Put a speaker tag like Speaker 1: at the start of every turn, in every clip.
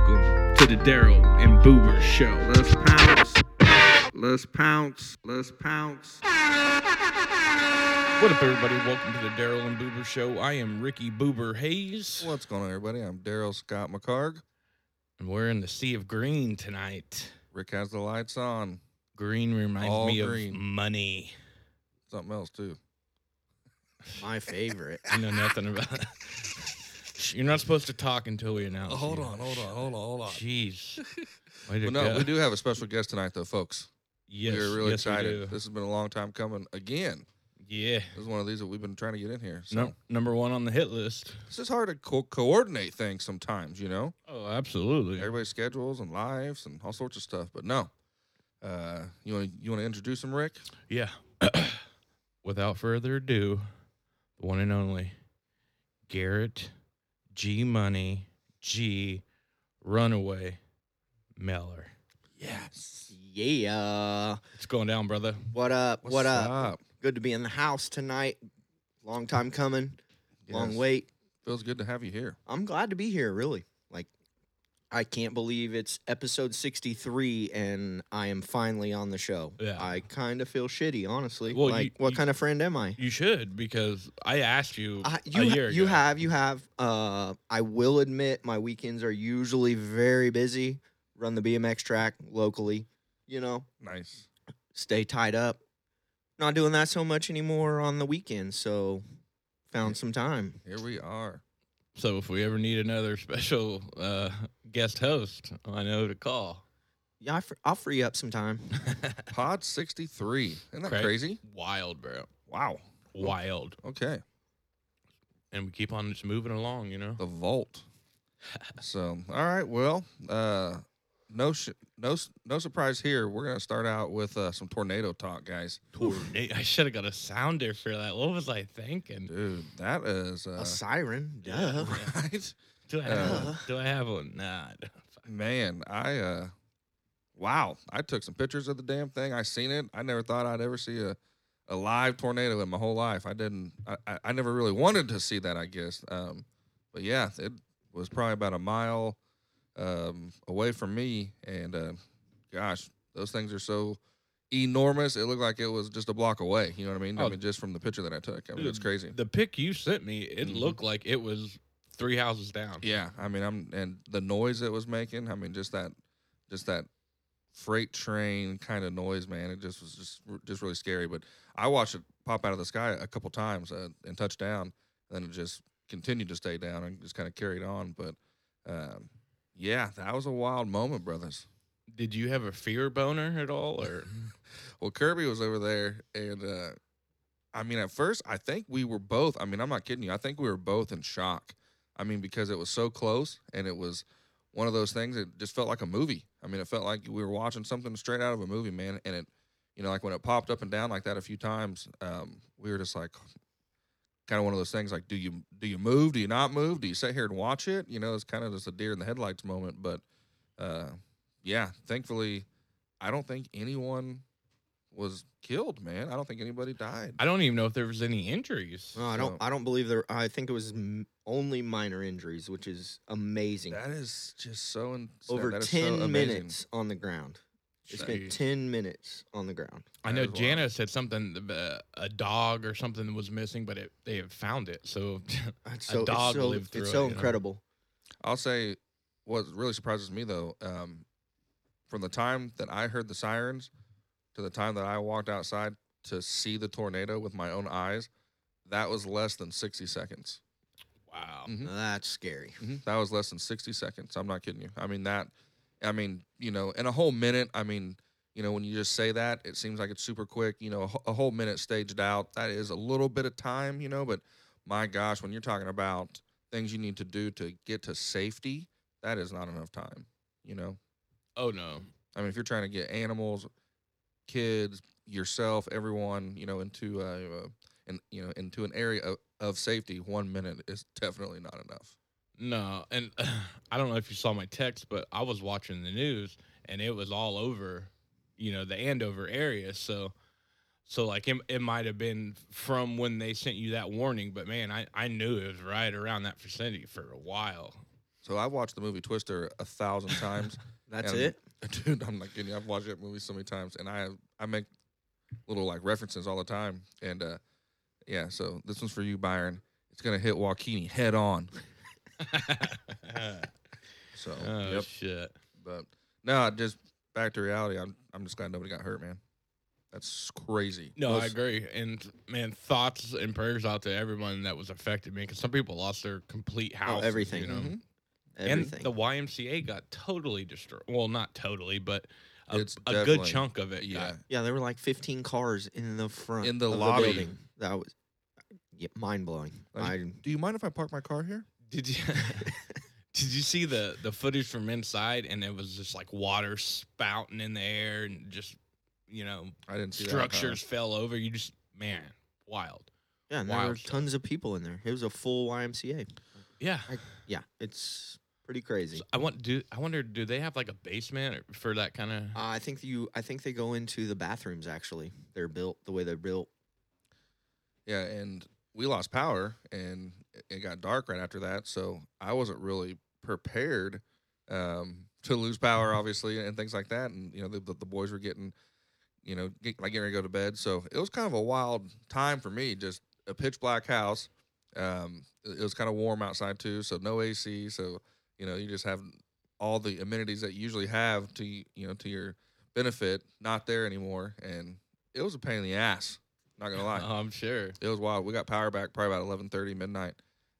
Speaker 1: to the Daryl and Boober Show.
Speaker 2: Let's pounce. Let's pounce. Let's pounce.
Speaker 1: What up, everybody? Welcome to the Daryl and Boober Show. I am Ricky Boober Hayes,
Speaker 3: What's going on, everybody? I'm Daryl Scott McCarg.
Speaker 1: and we're in the Sea of Green tonight.
Speaker 3: Rick has the lights on.
Speaker 1: Green reminds
Speaker 3: All
Speaker 1: me
Speaker 3: green.
Speaker 1: of money.
Speaker 3: Something else too.
Speaker 2: My favorite.
Speaker 1: I know nothing about it. Shh, You're not supposed to talk until we announce. you.
Speaker 3: Oh, hold on, hold
Speaker 1: Jeez. Way to
Speaker 3: But no,
Speaker 1: go.
Speaker 3: we do have a special guest tonight, though, folks.
Speaker 1: Yes,
Speaker 3: we are really
Speaker 1: yes, we
Speaker 3: excited.
Speaker 1: do.
Speaker 3: This has been a long time coming. Again,
Speaker 1: Yeah.
Speaker 3: this is one of these that we've been trying to get in here. So
Speaker 1: No, number one on the hit list.
Speaker 3: this is hard to co- coordinate things sometimes, you know.
Speaker 1: Oh, absolutely.
Speaker 3: Everybody's schedules and lives and all sorts of stuff. But no, uh, you want to you want to introduce him, Rick?
Speaker 1: Yeah. Without further ado, the one and only Garrett G Money G Runaway Meller.
Speaker 3: Yes.
Speaker 2: Yeah.
Speaker 1: It's going down, brother.
Speaker 2: What up?
Speaker 3: What's
Speaker 2: what up?
Speaker 3: up?
Speaker 2: Good to be in the house tonight. Long time coming. Long
Speaker 3: Yes.
Speaker 2: wait.
Speaker 3: Feels good to have you here.
Speaker 2: I'm glad to be here, really. Like, I can't believe it's episode 63 and I am finally on the show.
Speaker 1: Yeah.
Speaker 2: I kind of feel shitty, honestly.
Speaker 1: Well, you-
Speaker 2: like, what
Speaker 1: you-
Speaker 2: kind of friend am I?
Speaker 1: You should because I asked you,
Speaker 2: I,
Speaker 1: a
Speaker 2: you ha-
Speaker 1: year ago.
Speaker 2: you have you have. Uh, I will admit my weekends are usually very busy. Run the BMX track locally, you know.
Speaker 3: Nice.
Speaker 2: Stay tied up. Not doing that so much anymore on the weekends. So found some time.
Speaker 3: Here we are.
Speaker 1: So if we ever need another special uh, guest host, I know who to call.
Speaker 2: Yeah, I fr- I'll free up some time.
Speaker 3: Pod 63. Isn't that
Speaker 1: Cra-
Speaker 3: crazy?
Speaker 1: Wild, bro.
Speaker 3: Wow.
Speaker 1: Wild.
Speaker 3: Okay.
Speaker 1: And we keep on just moving along, you know?
Speaker 3: The vault. so, all right. Well, uh, no, sh- no, s- no surprise here. We're gonna start out with uh, some tornado talk, guys.
Speaker 1: Tornado. I should have got a sounder for that. What was I thinking?
Speaker 3: Dude, that is uh,
Speaker 2: A siren, duh.
Speaker 3: right,
Speaker 1: Do I have
Speaker 2: Uh.
Speaker 1: one? Do I have one? Nah. I don't. Fuck.
Speaker 3: man. I uh, wow. I took some pictures of the damn thing. I seen it. I never thought I'd ever see a a live tornado in my whole life. I didn't. I, I, I never really wanted to see that. I guess. Um, but yeah, it was probably about a mile um, away from me, and uh, gosh, those things are so enormous. It looked like it was just a block away. You know what I mean?
Speaker 1: Oh.
Speaker 3: I mean, just from the picture that I took, I mean, it's crazy.
Speaker 1: The pic you sent me, it
Speaker 3: Mhm.
Speaker 1: looked like it was three houses down.
Speaker 3: Yeah, I mean, I'm and the noise it was making. I mean, just that, just that freight train kind of noise, man. It just was just just really scary. But I watched it pop out of the sky a couple times uh, and touch down, and then it just continued to stay down and just kind of carried on. But um, yeah, that was a wild moment, brothers.
Speaker 1: Did you have a fear boner at all, or
Speaker 3: Well, Kirby was over there, and uh, I mean, at first, I think we were both. I mean, I'm not kidding you. I think we were both in shock. I mean, because it was so close, and it was one of those things that just felt like a movie. I mean, it felt like we were watching something straight out of a movie, man. And it, you know, like when it popped up and down like that a few times, um, we were just like, kind of one of those things like, do you do you move? Do you not move? Do you sit here and watch it? You know, it's kind of just a deer in the headlights moment. But uh, yeah, thankfully, I don't think anyone was killed, man. I don't think anybody died.
Speaker 1: I don't even know if there was any injuries.
Speaker 2: No, I don't.
Speaker 3: So-
Speaker 2: I don't believe there. I think it was m- only minor injuries, which is amazing.
Speaker 3: That is just so in-
Speaker 2: Over
Speaker 3: that is so
Speaker 2: ten
Speaker 3: amazing.
Speaker 2: minutes on the ground. It
Speaker 1: Jeez.
Speaker 2: spent ten minutes on the ground.
Speaker 1: I know
Speaker 3: as well.
Speaker 1: Jana said something, uh, a dog or something was missing, but it, they have found it. So
Speaker 2: It's
Speaker 1: A
Speaker 2: so,
Speaker 1: dog
Speaker 2: it's so,
Speaker 1: lived through
Speaker 2: it's
Speaker 1: it,
Speaker 2: so
Speaker 1: you know?
Speaker 2: incredible.
Speaker 3: I'll say what really surprises me though, um, from the time that I heard the sirens to the time that I walked outside to see the tornado with my own eyes, that was less than 60 seconds.
Speaker 1: wow,
Speaker 3: Mhm.
Speaker 2: Now That's scary.
Speaker 3: Mhm. That was less than 60 seconds. I'm not kidding you. I mean, that, I mean, you know, in a whole minute, I mean, you know, when you just say that, it seems like it's super quick. You know, a wh- a whole minute staged out, that is a little bit of time, you know, but my gosh, when you're talking about things you need to do to get to safety, that is not enough time, you know?
Speaker 1: oh no,
Speaker 3: I mean, if you're trying to get animals, kids, yourself, everyone, you know, into, uh, uh, and you know, into an area of, of safety, one minute is definitely not enough.
Speaker 1: No, and I don't know if you saw my text, but I was watching the news and it was all over, you know, the Andover area. So, so like it, it might have been from when they sent you that warning, but man, I I knew it was right around that vicinity for a while.
Speaker 3: So I've watched the movie Twister a thousand times.
Speaker 2: That's
Speaker 3: and-
Speaker 2: it.
Speaker 3: Dude, I'm not kidding you. I've watched that movie so many times and I I make little like references all the time. And uh yeah, so this one's for you, Byron. It's gonna hit Joaquini head on. So
Speaker 1: oh
Speaker 3: yep.
Speaker 1: shit!
Speaker 3: But no, just back to reality. I'm I'm just glad nobody got hurt, man. That's crazy.
Speaker 1: No, I
Speaker 3: Most-
Speaker 1: agree. And man, thoughts and prayers out to everyone that was affected, man. Because some people lost their complete house,
Speaker 2: everything.
Speaker 1: You know?
Speaker 3: Mhm.
Speaker 2: Everything.
Speaker 1: And the YMCA got totally destroyed. Well, not totally, but a,
Speaker 3: It's
Speaker 1: a good
Speaker 3: definitely-
Speaker 1: chunk of it.
Speaker 3: Yeah.
Speaker 1: got-
Speaker 2: yeah, there were like 15 cars in the front
Speaker 3: In the
Speaker 2: of
Speaker 3: lobby.
Speaker 2: building. That was yeah, mind blowing.
Speaker 3: Like-
Speaker 2: I
Speaker 3: Do you mind if I park my car here?
Speaker 1: Did you? Did you see the the footage from inside? And it was just like water spouting in the air, and just you know
Speaker 3: I didn't see that, huh?
Speaker 1: structures fell over. You just man, wild.
Speaker 2: yeah, and there were
Speaker 1: Wild stuff.
Speaker 2: tons of people in there. It was a full YMCA.
Speaker 1: Yeah.
Speaker 2: I- Yeah, it's pretty crazy.
Speaker 1: So I want do I wonder do they have like a basement or- for that kind of
Speaker 2: Uh, I think you. I think they go into the bathrooms. Actually, they're built the way they're built.
Speaker 3: Yeah, and we lost power, and it- it got dark right after that. So I wasn't really prepared um, to lose power, obviously, and things like that. And you know, the, the, the boys were getting, you know, get, like getting ready to go to bed. So it was kind of a wild time for me. Just a pitch black house. Um, it it was kind of warm outside too, so no AC. So you know, you just have all the amenities that you usually have to y- you know to your benefit not there anymore, and it was a pain in the ass. Not gonna lie.
Speaker 1: I'm sure.
Speaker 3: It was wild. We got power back probably about eleven thirty midnight,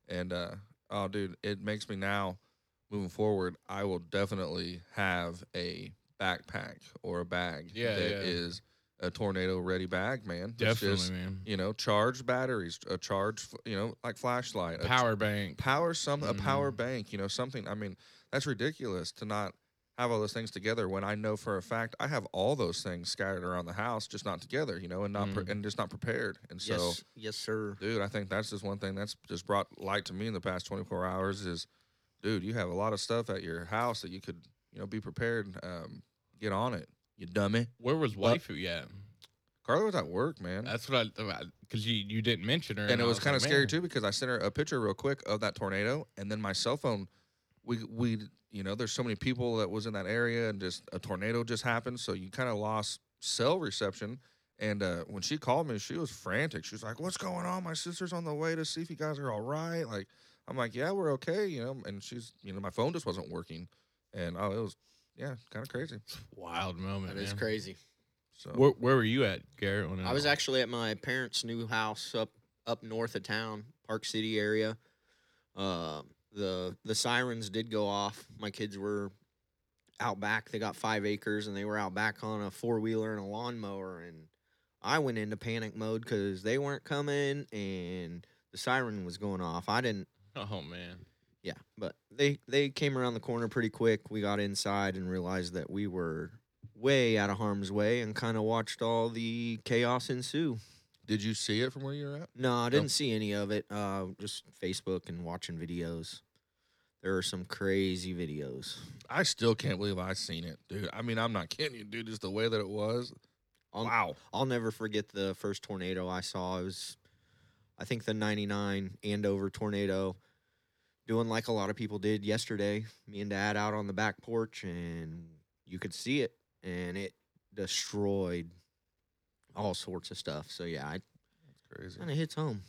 Speaker 3: and uh, oh, dude, it makes me now moving forward. I will definitely have a backpack or a bag that
Speaker 1: Yeah,
Speaker 3: is
Speaker 1: yeah.
Speaker 3: a tornado ready bag, man. It's
Speaker 1: Definitely,
Speaker 3: just,
Speaker 1: man.
Speaker 3: you know, charged batteries, a charged, you know, like flashlight, a
Speaker 1: Power bank.
Speaker 3: power some a power
Speaker 1: Mhm.
Speaker 3: bank you know something i mean that's ridiculous to not have all those things together when i know for a fact i have all those things scattered around the house just not together you know and not pre-
Speaker 1: Mm.
Speaker 3: and just not prepared and so
Speaker 2: yes, yes, sir.
Speaker 3: dude i think that's just one thing that's just brought light to me in the past 24 hours is dude you have a lot of stuff at your house that you could you know be prepared um get on it you dummy
Speaker 1: Where was
Speaker 3: But-
Speaker 1: waifu yet?
Speaker 3: carla was at work man
Speaker 1: That's what I because you you didn't mention her,
Speaker 3: and
Speaker 1: I
Speaker 3: it was kind of
Speaker 1: like,
Speaker 3: scary
Speaker 1: man.
Speaker 3: too because I sent her a picture real quick of that tornado, and then my cell phone. We we you know there's so many people that was in that area, and just a tornado just happened, so you kind of lost cell reception. And uh, when she called me, she was frantic. She was like, "What's going on? My sister's on the way to see if you guys are all right." Like I'm like, "Yeah, we're okay," you know. And she's you know my phone just wasn't working, and oh, it was yeah, kind of crazy.
Speaker 1: Wild moment.
Speaker 2: That is
Speaker 1: man.
Speaker 2: crazy.
Speaker 3: So
Speaker 1: Where, where were you at, Garrett? When it
Speaker 2: I was
Speaker 1: all-
Speaker 2: actually at my parents' new house up up north of town, Park City area. Uh, the the sirens did go off. My kids were out back. They got five acres, and they were out back on a four wheeler and a lawnmower. And I went into panic mode because they weren't coming, and the siren was going off. I didn't
Speaker 1: Oh man.
Speaker 2: Yeah, but they they came around the corner pretty quick. We got inside and realized that we were way out of harm's way and kind of watched all the chaos ensue.
Speaker 3: did you see it from where you were at?
Speaker 2: No, I didn't see any of it. Uh, just Facebook and watching videos. There are some crazy videos
Speaker 3: I still can't believe I seen it, dude. I mean, I'm not kidding you, dude. Just the way that it was.
Speaker 2: I'll-
Speaker 3: wow.
Speaker 2: I'll never forget the first tornado I saw. It was, I think, the 99 Andover tornado. Doing like a lot of people did yesterday. Me and dad out on the back porch, and you could see it, and it destroyed all sorts of stuff. So, yeah, it
Speaker 3: Crazy.
Speaker 2: kind of hits home.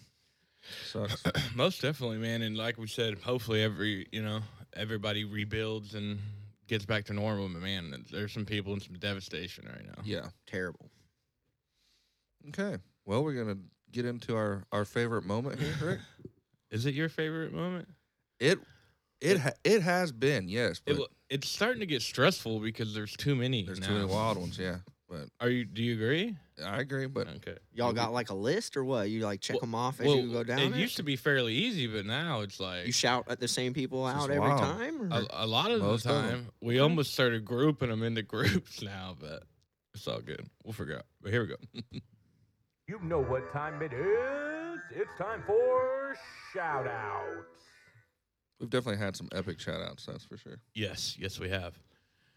Speaker 3: Sucks.
Speaker 1: Most definitely, man. And like we said, hopefully every you know everybody rebuilds and gets back to normal. But man, there's some people in some devastation right now.
Speaker 3: yeah.
Speaker 2: Terrible.
Speaker 3: Okay. Well, we're gonna get into our our favorite moment here, Rick.
Speaker 1: Is it your favorite moment?
Speaker 3: it it ha- it has been yes,
Speaker 1: It,
Speaker 3: but
Speaker 1: wa- it's starting to get stressful because there's too many.
Speaker 3: there's
Speaker 1: now.
Speaker 3: too many wild ones. Yeah, but
Speaker 1: Are you? Do you agree?
Speaker 3: I agree. But
Speaker 1: okay.
Speaker 2: Y'all got like a list or what? You like check
Speaker 1: Well-
Speaker 2: them off as you go down?
Speaker 1: it
Speaker 2: It
Speaker 1: used to be fairly easy, but now it's like
Speaker 2: you shout at the same people
Speaker 3: This is
Speaker 2: out every
Speaker 3: wild.
Speaker 2: time? Or?
Speaker 1: a, a lot of the
Speaker 3: Most of 'em.
Speaker 1: time we almost started grouping them into groups now, but it's all good. We'll figure out. But here we go.
Speaker 4: You know what time it is. It's time for shout out.
Speaker 3: we've definitely had some epic shout outs, that's for sure.
Speaker 1: Yes, yes, we have.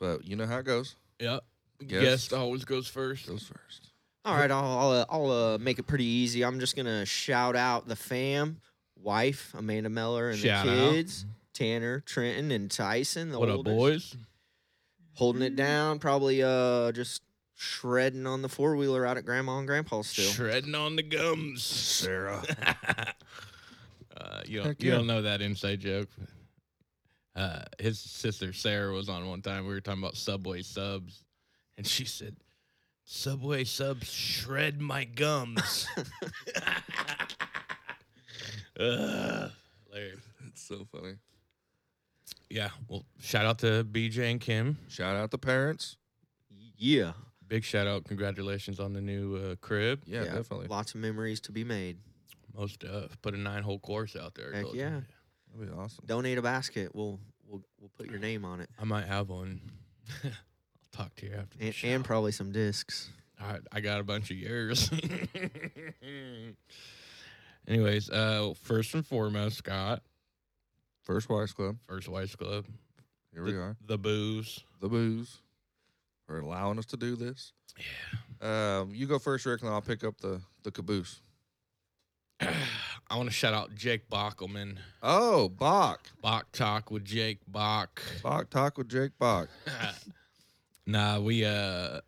Speaker 3: But you know how it goes.
Speaker 1: Yep.
Speaker 3: Guest.
Speaker 1: Guest, always goes first.
Speaker 3: Goes first.
Speaker 2: All right, I'll I'll, uh, I'll uh, make it pretty easy. I'm just gonna shout out the fam, wife Amanda Meller and
Speaker 1: Shout
Speaker 2: the
Speaker 1: out.
Speaker 2: kids. Tanner, Trenton, and Tyson. The
Speaker 1: What up,
Speaker 2: oldest,
Speaker 1: boys?
Speaker 2: Holding it down, probably uh just shredding on the four wheeler out at grandma and grandpa's still.
Speaker 1: Shredding on the gums.
Speaker 3: Sarah.
Speaker 1: uh, you don't,
Speaker 3: Heck
Speaker 1: you
Speaker 3: yeah.
Speaker 1: don't know that inside joke. Uh, his sister Sarah was on one time. We were talking about Subway subs, and she said, "Subway subs shred my gums." Ugh, hilarious.
Speaker 3: it's so funny.
Speaker 1: yeah. Well, shout out to BJ and Kim.
Speaker 3: Shout out the parents.
Speaker 2: Yeah.
Speaker 1: Big shout out. Congratulations on the new uh, crib.
Speaker 3: Yeah,
Speaker 2: Yeah.
Speaker 3: definitely.
Speaker 2: Lots of memories to be made.
Speaker 1: Most of put a nine hole course out there.
Speaker 2: Heck
Speaker 1: told you.
Speaker 2: yeah.
Speaker 3: That'd be awesome.
Speaker 2: Donate a basket. We'll we'll we'll put your name on it.
Speaker 1: I might have one. I'll talk to you after. the
Speaker 2: And,
Speaker 1: show.
Speaker 2: and probably some discs.
Speaker 1: I, I got a bunch of yours. Anyways, uh, first and foremost, Scott,
Speaker 3: First Wives Club.
Speaker 1: First Wives Club,
Speaker 3: Here we
Speaker 1: the,
Speaker 3: are.
Speaker 1: the booze.
Speaker 3: The booze for allowing us to do this.
Speaker 1: Yeah,
Speaker 3: Um, you go first, Rick, and then I'll pick up the the caboose.
Speaker 1: I want to shout out Jake Bockelman,
Speaker 3: Oh, Bach.
Speaker 1: Bach Talk with Jake Bach.
Speaker 3: Bach talk with Jake Bach.
Speaker 1: nah, we uh,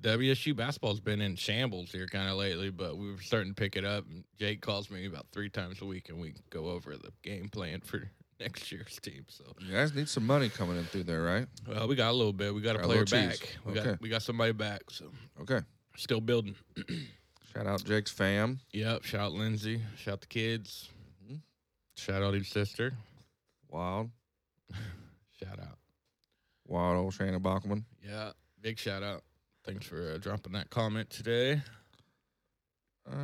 Speaker 1: WSU basketball's been in shambles here kind of lately, but we were starting to pick it up. And Jake calls me about three times a week, and we go over the game plan for next year's team. So
Speaker 3: You guys need some money coming in through there, right?
Speaker 1: Well, we got a little bit. We got a
Speaker 3: Got a
Speaker 1: player
Speaker 3: little
Speaker 1: back.
Speaker 3: cheese.
Speaker 1: We
Speaker 3: Okay.
Speaker 1: got we got somebody back. So
Speaker 3: Okay.
Speaker 1: still building.
Speaker 3: Shout out Jake's fam.
Speaker 1: Yep. Shout out Lindsay. Shout out the kids.
Speaker 3: Mhm.
Speaker 1: Shout out his sister.
Speaker 3: Wild,
Speaker 1: Shout out.
Speaker 3: wild old Shannon Bachman.
Speaker 1: Yeah. Big shout out. Thanks for uh, dropping that comment today.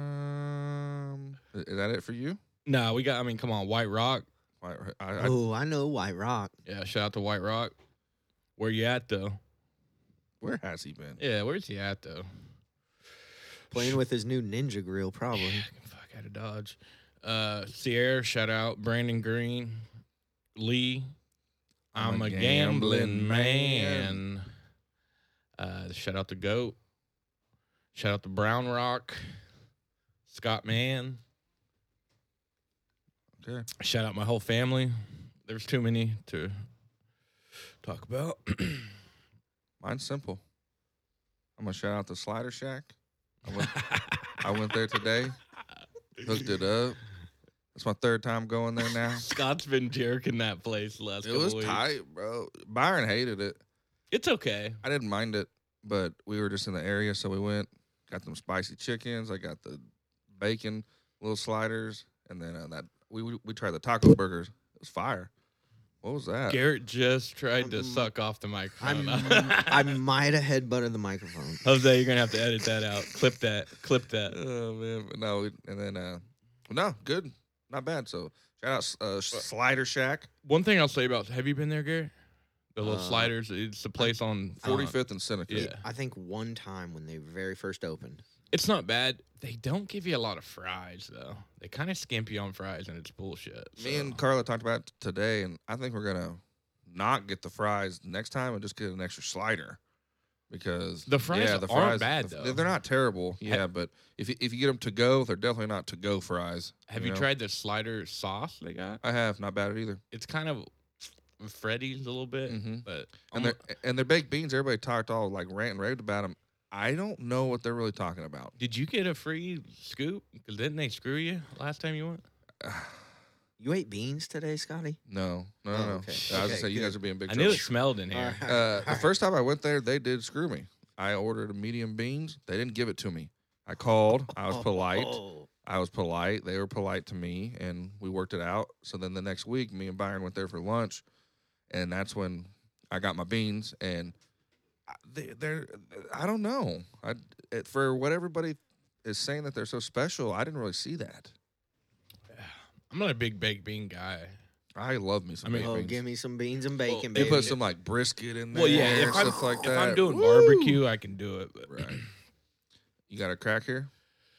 Speaker 3: Um, i- is that it for you?
Speaker 1: Nah, we got. I mean, come on, White Rock.
Speaker 3: Why- I, I,
Speaker 2: Oh, I know White Rock.
Speaker 1: Yeah. Shout out to White Rock. Where you at though?
Speaker 3: where has he been?
Speaker 1: Yeah. Where's he at though?
Speaker 2: Playing with his new ninja grill, probably.
Speaker 1: Yeah, fuck out of Dodge. Uh, Sierra, shout out. Brandon Green, Lee. I'm, a gambling, man. Uh, shout out to Goat. Shout out to Brown Rock. Scott Mann.
Speaker 3: Okay.
Speaker 1: Shout out my whole family. There's too many to talk about.
Speaker 3: Mine's simple. I'm gonna shout out the Slider Shack. I went, I went there today, hooked it up. It's my third time going there now.
Speaker 1: Scott's been jerking that place the last
Speaker 3: it
Speaker 1: couple
Speaker 3: was
Speaker 1: weeks.
Speaker 3: tight, bro. Byron hated it.
Speaker 1: It's okay.
Speaker 3: I didn't mind it, but we were just in the area, so we went, got them spicy chickens. I got the bacon, little sliders, and then uh, that we, we we tried the taco burgers. It was fire. What was that?
Speaker 1: Garrett just tried to
Speaker 2: I'm-
Speaker 1: suck off the microphone.
Speaker 2: I'm, I might have headbutted the microphone.
Speaker 1: Jose, you're gonna have to edit that out. Clip that. Clip that.
Speaker 3: Oh man, but no, we- and then uh, no, good, not bad. So shout out S- uh, Slider Shack,
Speaker 1: One thing I'll say about have you been there, Garrett? The little
Speaker 2: Uh,
Speaker 1: sliders. It's a place on forty.
Speaker 3: Forty Fifth and Seneca.
Speaker 1: uh, yeah,
Speaker 2: I think one time when they very first opened.
Speaker 1: it's not bad. They don't give you a lot of fries though. They kind of skimp you on fries, and it's bullshit.
Speaker 3: Me
Speaker 1: so.
Speaker 3: and Carla talked about it today, and I think we're gonna not get the fries next time and just get an extra slider because
Speaker 1: The fries
Speaker 3: yeah, the
Speaker 1: aren't
Speaker 3: fries,
Speaker 1: bad,
Speaker 3: the-
Speaker 1: though.
Speaker 3: They're not terrible. Yeah, but if you, if you get them to go, they're definitely not to go fries.
Speaker 1: have you
Speaker 3: know?
Speaker 1: tried the slider sauce they got?
Speaker 3: I have not bad at either.
Speaker 1: It's kind of Freddy's a little bit,
Speaker 3: Mhm.
Speaker 1: but almo-
Speaker 3: And their and their baked beans. Everybody talked all like rant and raved about them. I don't know what they're really talking about.
Speaker 1: did you get a free scoop? Because didn't they screw you last time you went?
Speaker 2: You ate beans today, Scotty?
Speaker 3: No, no, no.
Speaker 2: Oh, okay.
Speaker 3: I was
Speaker 2: Okay,
Speaker 3: gonna say you
Speaker 2: good.
Speaker 3: guys are being big
Speaker 1: I
Speaker 3: trouble.
Speaker 1: knew it smelled in here.
Speaker 2: All right, all
Speaker 3: Uh, the
Speaker 2: right.
Speaker 3: first time I went there, they did screw me. I ordered a medium beans. They didn't give it to me. I called. I was polite.
Speaker 2: Oh.
Speaker 3: I was polite. They were polite to me, and we worked it out. So then the next week, me and Byron went there for lunch, and that's when I got my beans. And I- they, they're, I don't know. I it, for what everybody is saying that they're so special, I didn't really see that.
Speaker 1: I'm not a big baked bean guy.
Speaker 3: I love me some.
Speaker 1: I mean-
Speaker 3: baked
Speaker 2: Oh,
Speaker 3: beans.
Speaker 2: give me some beans and bacon,
Speaker 3: They
Speaker 2: baby.
Speaker 3: put some like brisket in there.
Speaker 1: Well, yeah, if
Speaker 3: and
Speaker 1: I'm-
Speaker 3: stuff like
Speaker 1: If
Speaker 3: that.
Speaker 1: I'm doing
Speaker 3: Woo!
Speaker 1: barbecue, I can do it. But
Speaker 3: Right. You got a crack here?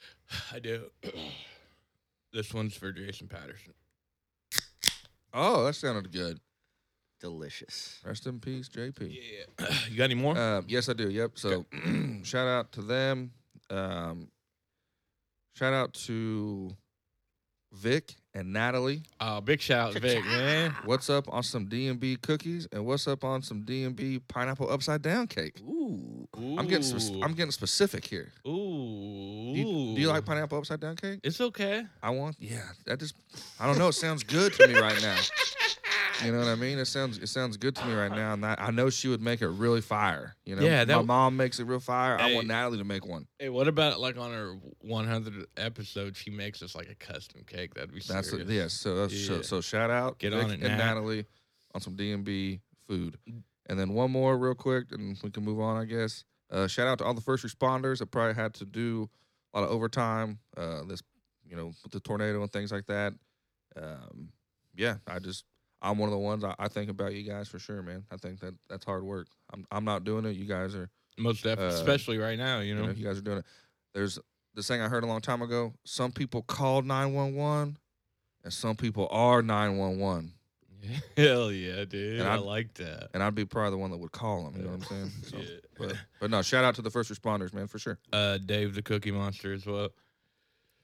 Speaker 1: I do. this one's for Jason Patterson.
Speaker 3: Oh, that sounded good.
Speaker 2: Delicious.
Speaker 3: Rest in peace, JP.
Speaker 1: Yeah. you got any more?
Speaker 3: Um, yes, I do. Yep. So, shout out to them. Um, shout out to Vic and Natalie.
Speaker 1: Oh, big shout, out, Vic, man.
Speaker 3: What's up on some DMB cookies and what's up on some DMB pineapple upside down cake?
Speaker 2: Ooh.
Speaker 3: I'm getting spe- I'm getting specific here.
Speaker 1: Ooh. Ooh.
Speaker 3: Do you, do you like pineapple upside down cake?
Speaker 1: It's okay.
Speaker 3: I want yeah. That just I don't know. It sounds good to me right now. You know what I mean? It sounds it sounds good to me right now, and I, I know she would make it really fire. You know,
Speaker 1: Yeah, that
Speaker 3: my
Speaker 1: w-
Speaker 3: mom makes it real fire. I
Speaker 1: Hey.
Speaker 3: want Natalie to make one.
Speaker 1: Hey, what about like on her 100 episode? She makes us like a custom cake. That'd be
Speaker 3: That's
Speaker 1: serious.
Speaker 3: it. Yeah. So that's so,
Speaker 1: Yeah.
Speaker 3: so shout out
Speaker 1: Get
Speaker 3: Vic
Speaker 1: on it,
Speaker 3: and
Speaker 1: Nat. Mm.
Speaker 3: Natalie on some DMB food, and then one more real quick, and we can move on. I guess. Uh, shout out to all the first responders that probably had to do a lot of overtime. Uh, this, you know, with the tornado and things like that. Um, yeah, I just I'm one of the ones I, I think about you guys for sure, man. I think that that's hard work. I'm I'm not doing it. You guys are
Speaker 1: Most definitely,
Speaker 3: Uh,
Speaker 1: especially right now, you
Speaker 3: you know,
Speaker 1: know.
Speaker 3: you guys are doing it. There's this thing I heard a long time ago. Some people called 911 and some people are 911.
Speaker 1: Hell yeah, dude.
Speaker 3: And
Speaker 1: I
Speaker 3: I'm-
Speaker 1: like that.
Speaker 3: And I'd be probably the one that would call them. You know what I'm saying? So,
Speaker 1: Yeah.
Speaker 3: but, but no, shout out to the first responders, man, for sure.
Speaker 1: Uh, Dave the Cookie Monster as well.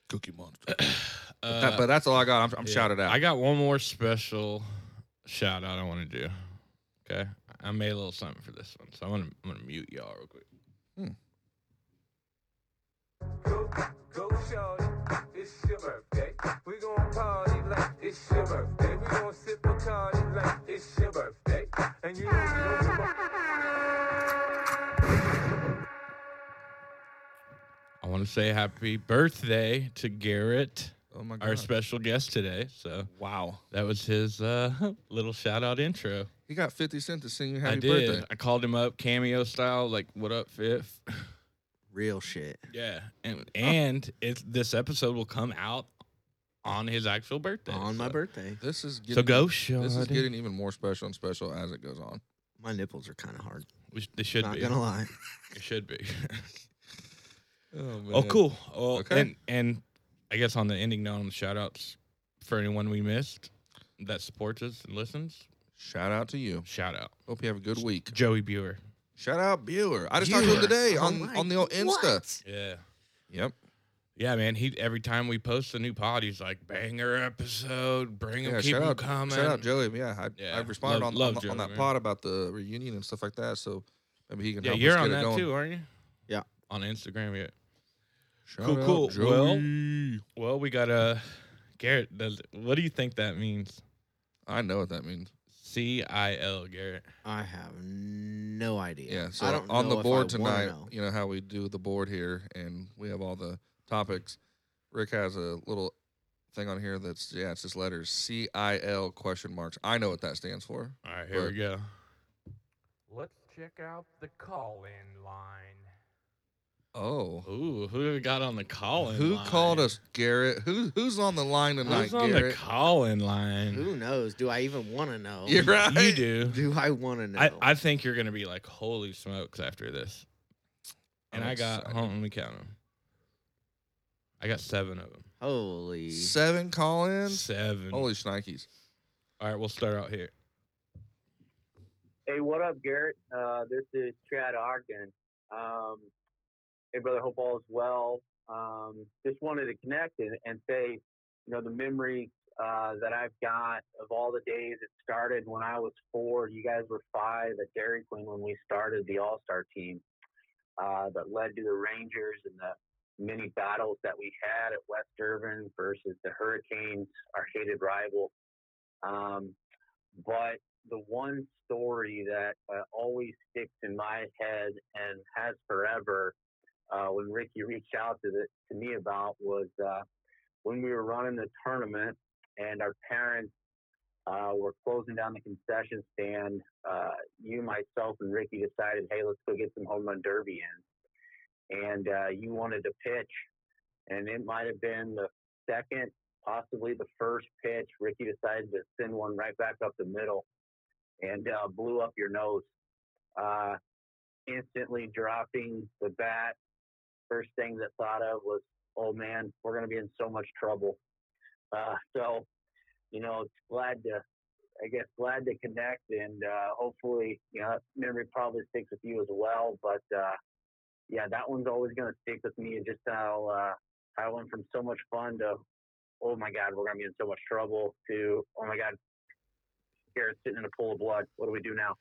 Speaker 3: Cookie Monster.
Speaker 1: Uh,
Speaker 3: but that's all I got. I'm, I'm
Speaker 1: Yeah.
Speaker 3: shouted out.
Speaker 1: I got one more special shout out I want to do. Okay. I made a little something for this one. So I'm going to I'm gonna mute y'all real quick.
Speaker 3: Hmm.
Speaker 4: Go, go, shorty. It's your birthday. We gon' party like it's your birthday. We gon' sip a party like it's your birthday. And you know, you know, you
Speaker 1: I want to say happy birthday to Garrett,
Speaker 3: oh my
Speaker 1: our
Speaker 3: God.
Speaker 1: special guest today. So
Speaker 3: wow.
Speaker 1: that was his uh, little shout out intro.
Speaker 3: He got 50 cents to sing you happy
Speaker 1: I did.
Speaker 3: birthday.
Speaker 1: I called him up cameo style, like, what up, Fifth?
Speaker 2: Real shit.
Speaker 1: Yeah. And, and it's, this episode will come out on his actual birthday.
Speaker 2: On my
Speaker 1: so-
Speaker 2: birthday.
Speaker 3: This is getting,
Speaker 1: So go,
Speaker 3: This is
Speaker 1: shorty.
Speaker 3: getting even more special and special as it goes on.
Speaker 2: My nipples are kind of hard.
Speaker 1: We sh- They should
Speaker 2: Not
Speaker 1: be.
Speaker 2: gonna lie.
Speaker 1: It should be.
Speaker 3: Oh, man.
Speaker 1: Oh, cool. Well,
Speaker 3: Okay.
Speaker 1: and and I guess on the ending note, on the shout outs for anyone we missed that supports us and listens,
Speaker 3: Shout out to you.
Speaker 1: shout out
Speaker 3: Hope you have a good week.
Speaker 1: Joey Buer.
Speaker 3: Shout out Bueller. I just talked to him
Speaker 2: Bueller.
Speaker 3: today
Speaker 2: Oh
Speaker 3: on,
Speaker 2: my-
Speaker 3: on the old Insta.
Speaker 2: What?
Speaker 1: Yeah,
Speaker 3: Yep.
Speaker 1: yeah, man. He every time we post a new pod, he's like banger episode. Bring him, keep
Speaker 3: shout
Speaker 1: him
Speaker 3: out,
Speaker 1: coming.
Speaker 3: shout out Joey. Yeah, I,
Speaker 1: Oh, Yeah,
Speaker 3: I responded
Speaker 1: love-
Speaker 3: on,
Speaker 1: love
Speaker 3: on, the-
Speaker 1: Joey,
Speaker 3: on that
Speaker 1: man.
Speaker 3: pod about the reunion and stuff like that. So maybe he can
Speaker 1: Yeah,
Speaker 3: help
Speaker 1: you're
Speaker 3: us
Speaker 1: on
Speaker 3: get it
Speaker 1: that
Speaker 3: going.
Speaker 1: too, aren't you?
Speaker 2: Yeah.
Speaker 1: on Instagram. Yeah.
Speaker 3: Shout
Speaker 1: Cool,
Speaker 3: out
Speaker 1: cool.
Speaker 3: Joey.
Speaker 1: Well, we got uh, Garrett. Does, what do you think that means?
Speaker 3: I know what that means.
Speaker 1: C I L Garrett.
Speaker 2: I have no idea.
Speaker 3: Yeah. So
Speaker 2: I don't
Speaker 3: on the
Speaker 2: know if I
Speaker 3: board
Speaker 2: wanna
Speaker 3: tonight,
Speaker 2: know.
Speaker 3: you know how we do the board here, and we have all the topics. Rick has a little thing on here that's yeah, it's just letters C I L question marks. I know what that stands for.
Speaker 1: All right, here
Speaker 3: But-
Speaker 1: we go.
Speaker 4: know. Let's check out the call-in line.
Speaker 3: Oh.
Speaker 1: Ooh, who do we got on the call?
Speaker 3: Who called us, Garrett? Who who's on the line tonight,
Speaker 1: Who's on
Speaker 3: Garrett?
Speaker 1: the call-in line?
Speaker 2: Who knows? Do I even want to know?
Speaker 3: You're right.
Speaker 1: You do.
Speaker 2: Do I want to know?
Speaker 1: I, I think you're gonna be like, holy smokes, after this. And
Speaker 3: I'm
Speaker 1: i got,
Speaker 3: excited.
Speaker 1: hold on, let me count them. I got seven of them.
Speaker 2: Holy.
Speaker 3: Seven call-ins.
Speaker 1: Seven.
Speaker 3: Holy shnikes.
Speaker 1: All right, we'll start out here.
Speaker 5: Hey, what up, Garrett? Uh, this is Chad Ogden. Um, hey, brother, hope all is well. Um, just wanted to connect and, and say, you know, the memories uh, that I've got of all the days it started when I was four, you guys were five at Dairy Queen when we started the All Star team uh, that led to the Rangers and the many battles that we had at West Irvin versus the Hurricanes, our hated rival. Um, but the one story that uh, always sticks in my head and has forever uh, when Ricky reached out to, the, to me about was uh, when we were running the tournament and our parents uh, were closing down the concession stand. Uh, you, myself, and Ricky decided, hey, let's go get some home run derby in. And uh, you wanted to pitch, and it might have been the second, possibly the first pitch. Ricky decided to send one right back up the middle and uh, blew up your nose, uh, instantly dropping the bat. First thing that thought of was, "Oh man, we're going to be in so much trouble." Uh, so, you know, it's glad to, I guess, glad to connect, and uh, hopefully, you know, that memory probably sticks with you as well. But uh, yeah, that one's always going to stick with me, and just how uh, I went from so much fun to oh my God, we're going to be in so much trouble, to, oh my God, Garrett's sitting in a pool of blood. What do we do now?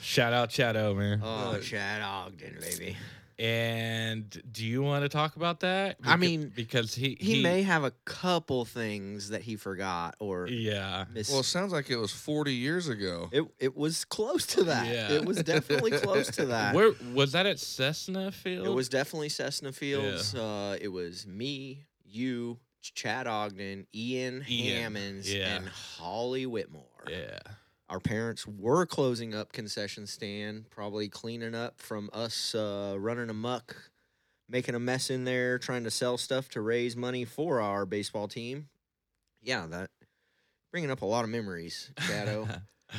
Speaker 1: Shout out Chato, man.
Speaker 2: oh,
Speaker 3: Uh,
Speaker 2: Chad Ogden, baby.
Speaker 1: And do you want to talk about that?
Speaker 2: I
Speaker 1: Becau-
Speaker 2: mean,
Speaker 1: because he
Speaker 2: He, may have a couple things that he forgot or
Speaker 1: yeah.
Speaker 2: missed.
Speaker 3: Well, it sounds like it was 40 years ago.
Speaker 2: it, it was close to that.
Speaker 1: Yeah.
Speaker 2: It was definitely close to that.
Speaker 1: Where was that at Cessna Field?
Speaker 2: It was definitely Cessna Fields. Uh, it was me, you, Ch- Chad Ogden, Ian,
Speaker 1: Ian,
Speaker 2: Hammonds,
Speaker 1: yeah.
Speaker 2: and Holly Whitmore.
Speaker 1: yeah.
Speaker 2: Our parents were closing up concession stand, probably cleaning up from us uh, running amok, making a mess in there, trying to sell stuff to raise money for our baseball team. Yeah, that bringing up a lot of memories, Shadow.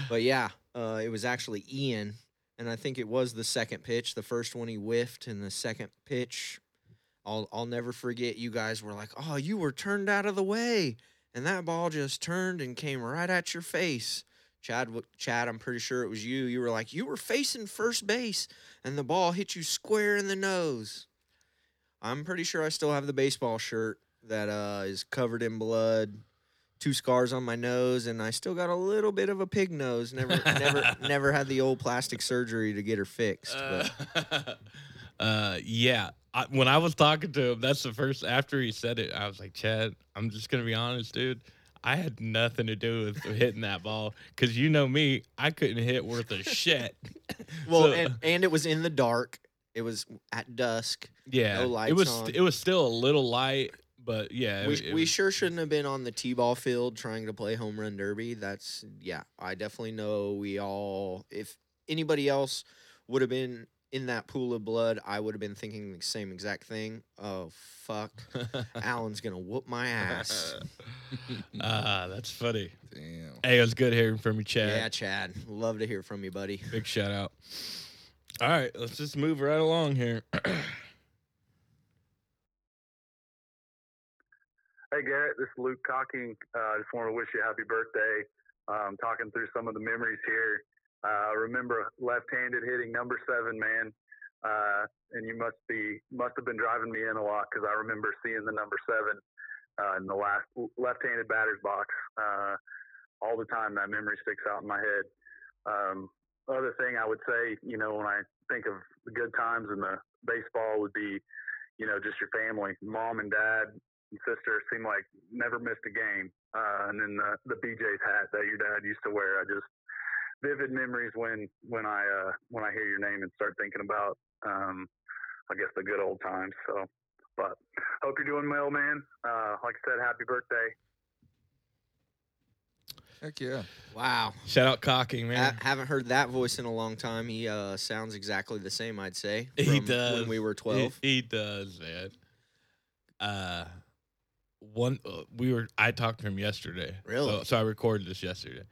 Speaker 2: But yeah, uh, it was actually Ian, and I think it was the second pitch. The first one he whiffed, and the second pitch, I'll I'll never forget. You guys were like, "Oh, you were turned out of the way," and that ball just turned and came right at your face. Chad, w- Chad, I'm pretty sure it was you. You were like, you were facing first base, and the ball hit you square in the nose. I'm pretty sure I still have the baseball shirt that uh, is covered in blood two scars on my nose, and I still got a little bit of a pig nose. Never, never, never had the old plastic surgery to get her fixed. But
Speaker 1: Uh, uh, yeah. I, when I was talking to him, that's the first after he said it. I was like, Chad, I'm just gonna be honest, dude. I had nothing to do with hitting that ball because you know me, I couldn't hit worth a shit.
Speaker 2: well,
Speaker 1: So-
Speaker 2: and, and it was in the dark. It was at dusk.
Speaker 1: yeah,
Speaker 2: No
Speaker 1: it
Speaker 2: lights
Speaker 1: was
Speaker 2: on.
Speaker 1: it was still a little light, but yeah,
Speaker 2: we
Speaker 1: it, it
Speaker 2: we
Speaker 1: was-
Speaker 2: sure shouldn't have been on the t-ball field trying to play home run derby. That's yeah. I definitely know we all. If anybody else would have been in that pool of blood, I would have been thinking the same exact thing. Oh fuck, Alan's gonna whoop my ass.
Speaker 1: Ah, that's funny.
Speaker 3: Damn.
Speaker 1: Hey, it was good hearing from you, Chad.
Speaker 2: Yeah, Chad. Love to hear from you, buddy.
Speaker 1: Big shout out. All right, let's just move right along here.
Speaker 6: Hey Garrett, this is Luke Cocking. Uh, I just want to wish you a happy birthday. Um, talking through some of the memories here. Uh, remember left-handed hitting number seven, man. Uh, and you must be must have been driving me in a lot because I remember seeing the number seven uh, in the last left-handed batter's box uh, all the time. That memory sticks out in my head. Um, other thing I would say, you know, when I think of the good times in the baseball, would be, you know, just your family, mom and dad, and sister seemed like never missed a game. Uh, and then the, the BJ's hat that your dad used to wear. I just vivid memories when when I uh, when I hear your name and start thinking about um, I guess the good old times. So, but hope you're doing well, man. Uh, like I said, happy birthday.
Speaker 3: Heck yeah.
Speaker 2: Wow.
Speaker 1: shout out cocking,
Speaker 2: I
Speaker 1: man.
Speaker 2: haven't heard that voice in a long time. He uh, sounds exactly the same, I'd say.
Speaker 1: He
Speaker 2: from
Speaker 1: does.
Speaker 2: When we were
Speaker 1: He-
Speaker 2: 12.
Speaker 1: He, does, man. Uh, one uh, we were I talked to him yesterday.
Speaker 2: Really?
Speaker 1: So, so I recorded this yesterday,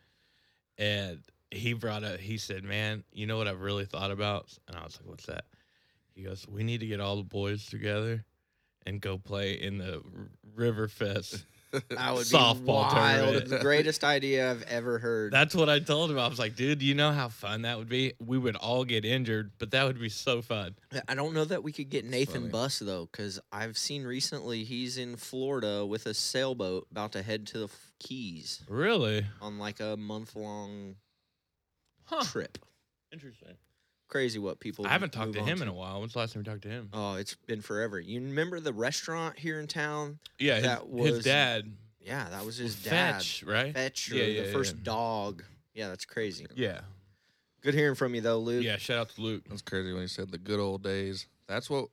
Speaker 1: and he brought up. He said, "Man, you know what I've really thought about?" And I was like, "What's that?" He goes, "We need to get all the boys together." And go play in the R- River Fest.
Speaker 2: That would be
Speaker 1: Softball
Speaker 2: wild.
Speaker 1: tournament.
Speaker 2: The greatest idea I've ever heard.
Speaker 1: That's what I told him. I was like, dude, you know how fun that would be? We would all get injured, but that would be so fun.
Speaker 2: I don't know that we could get Nathan
Speaker 3: funny.
Speaker 2: Buss, though, because I've seen recently he's in Florida with a sailboat about to head to the F- Keys
Speaker 1: Really?
Speaker 2: on like a month long
Speaker 1: Huh.
Speaker 2: trip.
Speaker 1: Interesting.
Speaker 2: Crazy what people.
Speaker 1: I haven't talked
Speaker 2: move
Speaker 1: to
Speaker 2: on
Speaker 1: him in a while. When's the last time you talked to him?
Speaker 2: Oh, it's been forever. You remember the restaurant here in town?
Speaker 1: yeah, his,
Speaker 2: that
Speaker 1: his
Speaker 2: was
Speaker 1: dad.
Speaker 2: Yeah, that was his dad.
Speaker 1: Fetch, right?
Speaker 2: Fetch, or
Speaker 1: Yeah,
Speaker 2: the
Speaker 1: yeah,
Speaker 2: first
Speaker 1: yeah.
Speaker 2: dog. Yeah, that's crazy.
Speaker 1: Yeah.
Speaker 2: Good hearing from you though, Luke.
Speaker 1: Yeah, shout out to Luke.
Speaker 3: That's crazy when you said the good old days. That's what.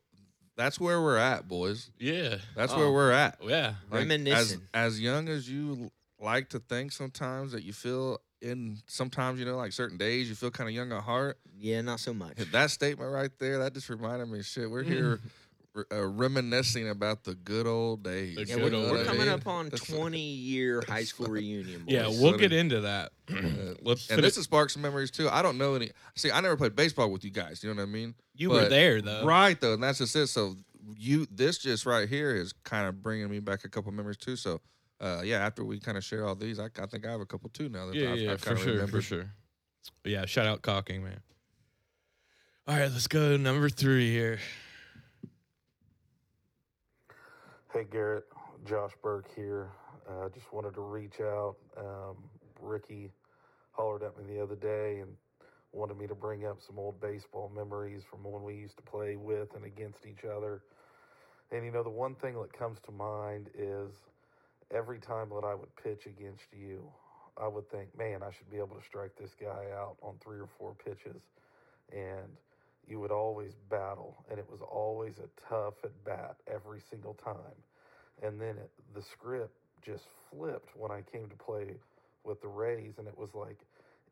Speaker 3: That's where we're at, boys.
Speaker 1: Yeah.
Speaker 3: That's
Speaker 2: Oh.
Speaker 3: where we're at.
Speaker 1: Yeah.
Speaker 3: as,
Speaker 2: Reminiscing.
Speaker 3: as young as you l- like to think sometimes that you feel in sometimes you know like certain days you feel kind of young at heart
Speaker 2: yeah, not so much.
Speaker 3: that statement right there that just reminded me shit we're here re- uh, reminiscing about the good old days
Speaker 1: The
Speaker 2: yeah,
Speaker 1: good
Speaker 2: we're,
Speaker 1: old
Speaker 2: we're
Speaker 1: days.
Speaker 2: coming up on
Speaker 3: That's-
Speaker 2: 20 year high school reunion. Boys.
Speaker 1: Yeah,
Speaker 3: Boy,
Speaker 1: we'll
Speaker 3: son
Speaker 1: get
Speaker 3: of-
Speaker 1: into that. Uh, Let's
Speaker 3: and
Speaker 1: finish-
Speaker 3: this is spark some memories too i don't know any see i never played baseball with you guys you know what i mean
Speaker 1: you were
Speaker 3: but-
Speaker 1: there though.
Speaker 3: right though and that's just it so you this just right here is kind of bringing me back a couple memories too so uh, yeah after we kind of share all these I, I think i have a couple too now that
Speaker 1: Yeah,
Speaker 3: I've,
Speaker 1: yeah,
Speaker 3: I've
Speaker 1: for
Speaker 3: kinda
Speaker 1: sure, for
Speaker 3: remembered.
Speaker 1: sure. But yeah, shout out cocking, man. All right, let's go to number three here.
Speaker 7: Hey Garrett, Josh Burke here. uh, just wanted to reach out. Um, Ricky hollered at me the other day and wanted me to bring up some old baseball memories from when we used to play with and against each other. And you know, the one thing that comes to mind is every time that I would pitch against you, I would think, man, I should be able to strike this guy out on three or four pitches. And you would always battle, and it was always a tough at bat every single time. And then it, the script just flipped when I came to play with the Rays, and it was like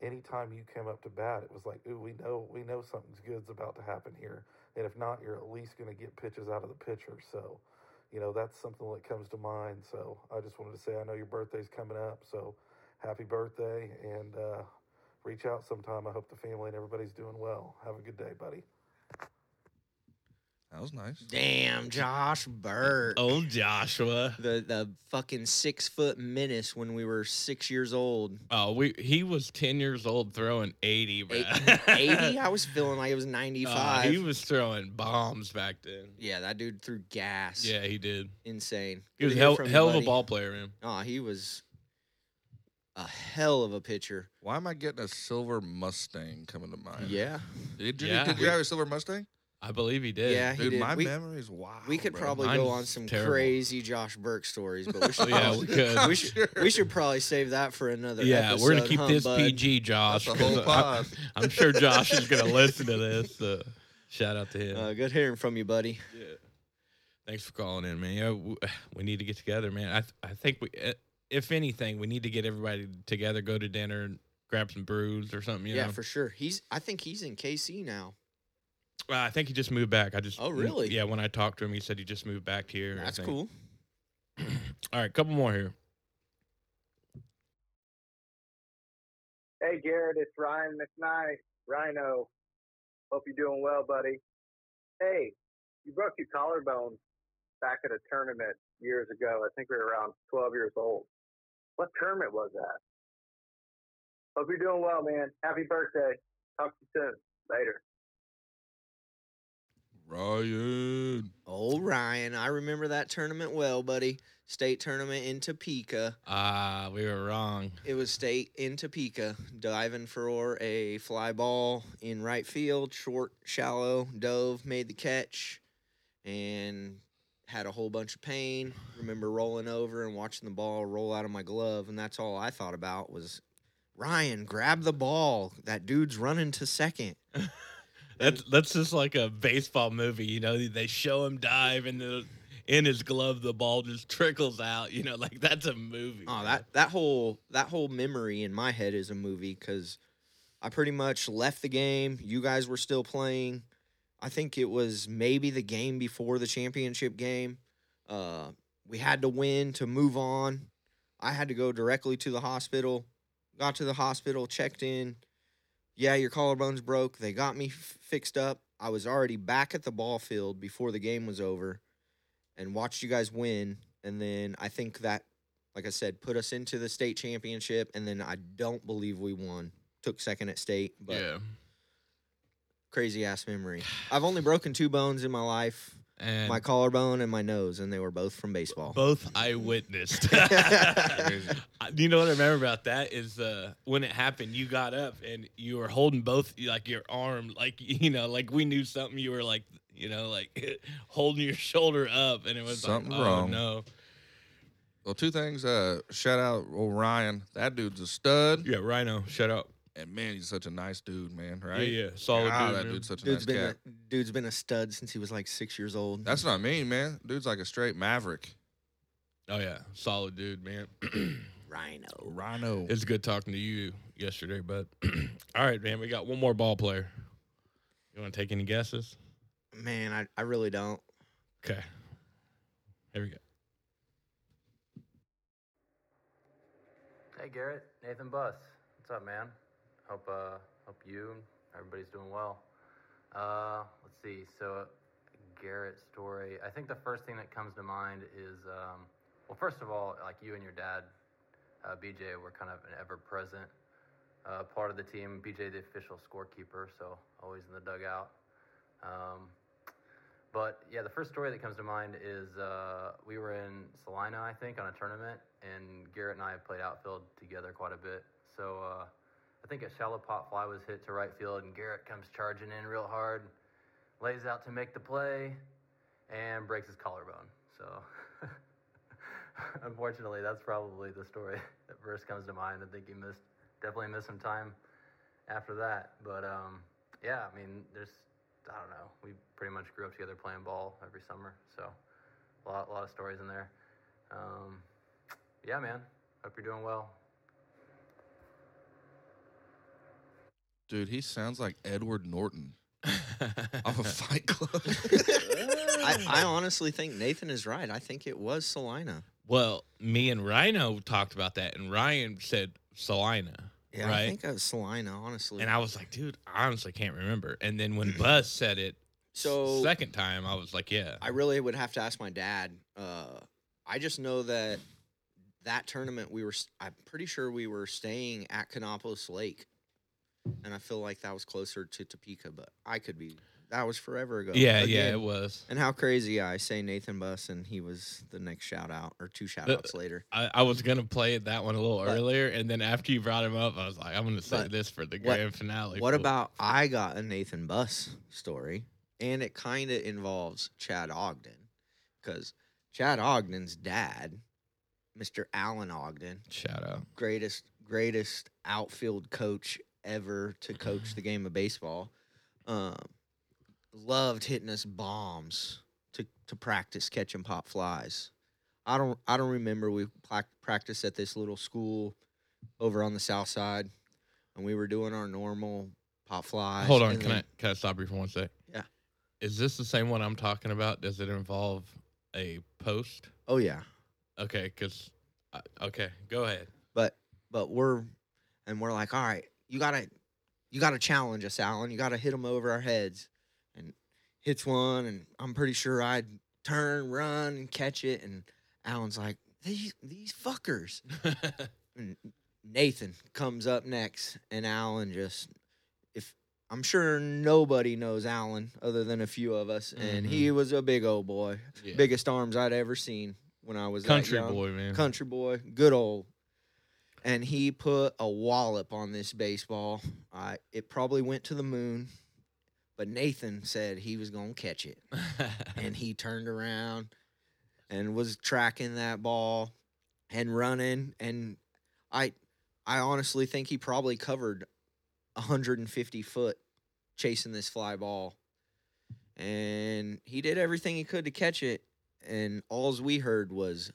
Speaker 7: anytime you came up to bat, it was like, ooh, we know we know something's good's about to happen here, and if not, you're at least going to get pitches out of the pitcher. So, you know, that's something that comes to mind. So, I just wanted to say, I know your birthday's coming up, so happy birthday, and uh, reach out sometime. I hope the family and everybody's doing well. Have a good day, buddy.
Speaker 3: That was nice.
Speaker 2: Damn, Josh Burke.
Speaker 1: Oh, Joshua.
Speaker 2: The the fucking six foot menace when we were six years old.
Speaker 1: Oh, we he was ten years old throwing eighty, bro.
Speaker 2: Eighty, I was feeling like it was ninety
Speaker 1: Uh,
Speaker 2: five.
Speaker 1: Oh, he was throwing bombs back then.
Speaker 2: yeah, that dude threw gas.
Speaker 1: Yeah, he did.
Speaker 2: insane.
Speaker 1: He was
Speaker 2: Good to
Speaker 1: hell,
Speaker 2: hear from you,
Speaker 1: hell of a
Speaker 2: buddy.
Speaker 1: ball player, man.
Speaker 2: Aw, he was a hell of a pitcher.
Speaker 3: Why am I getting a silver Mustang coming to mind?
Speaker 2: Yeah,
Speaker 3: Did you,
Speaker 1: Yeah.
Speaker 3: did you have a silver Mustang?
Speaker 1: I believe he did.
Speaker 2: yeah, he
Speaker 3: Dude,
Speaker 2: did.
Speaker 3: my
Speaker 2: we,
Speaker 3: memory's wild.
Speaker 2: we could
Speaker 3: bro.
Speaker 2: probably
Speaker 1: Mine's
Speaker 2: go on some
Speaker 1: terrible.
Speaker 2: crazy Josh Burke stories, but we
Speaker 1: Oh,
Speaker 2: should,
Speaker 1: yeah, we could.
Speaker 2: we should we should probably save that for another.
Speaker 1: yeah, we're gonna
Speaker 2: episode,
Speaker 1: keep
Speaker 2: huh,
Speaker 1: this
Speaker 2: bud?
Speaker 1: PG, Josh.
Speaker 3: That's a
Speaker 1: 'cause
Speaker 3: whole
Speaker 1: I,
Speaker 3: pod.
Speaker 1: am sure Josh is gonna listen to this. So shout out to him.
Speaker 2: Uh, good hearing from you, buddy.
Speaker 1: Yeah. Thanks for calling in, man. Yeah, w- we need to get together, man. I th- I think we, eh, if anything, we need to get everybody together, go to dinner and grab some brews or something. You
Speaker 2: yeah,
Speaker 1: know?
Speaker 2: for sure. He's I think he's in KC now.
Speaker 1: Well, I think he just moved back. I just.
Speaker 2: Oh, really?
Speaker 1: Yeah, when I talked to him, he said he just moved back here. I
Speaker 2: That's
Speaker 1: think.
Speaker 2: cool.
Speaker 1: All right, couple more here.
Speaker 5: Hey, Garrett, it's Ryan McKnight, Rhino. Hope you're doing well, buddy. Hey, you broke your collarbone back at a tournament years ago. I think we were around 12 years old. What tournament was that? Hope you're doing well, man. Happy birthday. Talk to you soon. Later.
Speaker 3: Ryan.
Speaker 2: Old Ryan, I remember that tournament well, buddy. State tournament in Topeka.
Speaker 1: Ah, we were wrong.
Speaker 2: It was state in Topeka, diving for a fly ball in right field, short, shallow, dove, made the catch, and had a whole bunch of pain. Remember rolling over and watching the ball roll out of my glove, and that's all I thought about was Ryan, grab the ball. That dude's running to second.
Speaker 1: That's that's just like a baseball movie, you know. They show him dive, and the, in his glove, the ball just trickles out. You know, like that's a movie.
Speaker 2: Oh,
Speaker 1: bro.
Speaker 2: that that whole that whole memory in my head is a movie because I pretty much left the game. You guys were still playing. I think it was maybe the game before the championship game. Uh, we had to win to move on. I had to go directly to the hospital. Got to the hospital, checked in. Yeah, your collarbone's broke. They got me f- fixed up. I was already back at the ball field before the game was over and watched you guys win. And then I think that like I said, put us into the state championship, and then I don't believe we won. Took second at state, but
Speaker 1: yeah.
Speaker 2: crazy ass memory. I've only broken two bones in my life:
Speaker 1: And
Speaker 2: my collarbone and my nose, and they were both from baseball.
Speaker 1: both I witnessed.
Speaker 2: Crazy.
Speaker 1: I- you know what I remember about that is uh, when it happened, you got up and you were holding both like your arm, like you know, like we knew something. You were like, you know, like holding your shoulder up, and it was
Speaker 3: Something
Speaker 1: like,
Speaker 3: wrong.
Speaker 1: Oh, no,
Speaker 3: Well, two things. Uh, shout out old Ryan. That dude's a stud.
Speaker 1: yeah, Rhino, shut up.
Speaker 3: And man, he's such a nice dude, man. Right?
Speaker 1: Yeah, yeah, solid
Speaker 3: God,
Speaker 1: dude.
Speaker 3: Ah, that
Speaker 1: man.
Speaker 3: dude's such a
Speaker 2: Dude's
Speaker 3: nice
Speaker 2: been
Speaker 3: guy.
Speaker 2: a, dude's been a stud since he was like six years old.
Speaker 3: That's not mean, man. Dude's like a straight maverick.
Speaker 1: Oh yeah, solid dude, man.
Speaker 2: Rhino.
Speaker 3: Rhino.
Speaker 1: it's good talking to you yesterday, but all right, man, we got one more ball player. You want to take any guesses?
Speaker 2: Man, I, I really don't.
Speaker 1: Okay, here we go.
Speaker 8: Hey Garrett, Nathan Bus. What's up, man? Hope uh, hope you and everybody's doing well. Uh, let's see. So Garrett's story. I think the first thing that comes to mind is um, well, first of all, like you and your dad, uh, BJ, were kind of an ever-present uh, part of the team. BJ, the official scorekeeper, so always in the dugout. Um, But yeah, the first story that comes to mind is uh, we were in Salina, I think, on a tournament, and Garrett and I have played outfield together quite a bit. So uh, I think a shallow pop fly was hit to right field, and Garrett comes charging in real hard, lays out to make the play, and breaks his collarbone. So unfortunately, that's probably the story that first comes to mind. I think he missed, definitely missed some time after that. But um, yeah, I mean, there's, I don't know, we pretty much grew up together playing ball every summer, so a lot, a lot of stories in there. Um, yeah, man, hope you're doing well.
Speaker 3: Dude, he sounds like Edward Norton off of Fight Club.
Speaker 2: I, I honestly think Nathan is right. I think it was Salina.
Speaker 1: well, me and Rhino talked about that, and Ryan said Salina,
Speaker 2: Yeah, I
Speaker 1: right?
Speaker 2: think it was Salina, honestly.
Speaker 1: and I was like, dude, I honestly can't remember. And then when Buzz said it
Speaker 2: so
Speaker 1: second time, I was like, yeah,
Speaker 2: I really would have to ask my dad. Uh, I just know that that tournament we were. s- I'm pretty sure we were staying at Canopus Lake, and I feel like that was closer to Topeka, but I could be. That was forever ago.
Speaker 1: yeah, yeah,
Speaker 2: Again,
Speaker 1: it was.
Speaker 2: And how crazy I say Nathan Buss, and he was the next shout out or two shout outs later.
Speaker 1: I, I was gonna play that one a little
Speaker 2: But-
Speaker 1: earlier, and then after you brought him up, I was like, I'm gonna save
Speaker 2: But
Speaker 1: this for the
Speaker 2: what-
Speaker 1: grand finale.
Speaker 2: What
Speaker 1: fool.
Speaker 2: about I got a Nathan Buss story, and it kind of involves Chad Ogden, because Chad Ogden's dad, Mr. Alan Ogden,
Speaker 1: shout out?
Speaker 2: greatest greatest outfield coach ever to coach the game of baseball. Um, loved hitting us bombs to to practice catching pop flies. I don't I don't remember we pla- practiced at this little school over on the south side, and we were doing our normal pop flies.
Speaker 1: Hold on,
Speaker 2: and
Speaker 1: can
Speaker 2: then-
Speaker 1: I can I stop you for one sec?
Speaker 2: Yeah.
Speaker 1: Is this the same one I'm talking about? Does it involve a post?
Speaker 2: Oh yeah,
Speaker 1: Okay, because okay, go ahead.
Speaker 2: but but we're and we're like all right you gotta you gotta challenge us alan you gotta hit them over our heads and hits one and i'm pretty sure i'd turn run and catch it and alan's like these these fuckers and nathan comes up next and alan just if i'm sure nobody knows alan other than a few of us and he was a big old boy
Speaker 1: Mm-hmm. Yeah.
Speaker 2: biggest arms i'd ever seen when i was that
Speaker 1: country
Speaker 2: young
Speaker 1: boy, man.
Speaker 2: country boy, good old. And he put a wallop on this baseball. I it probably went to the moon, but Nathan said he was gonna catch it, and he turned around and was tracking that ball and running. And I, I honestly think he probably covered 150 foot chasing this fly ball, and he did everything he could to catch it. And alls we heard was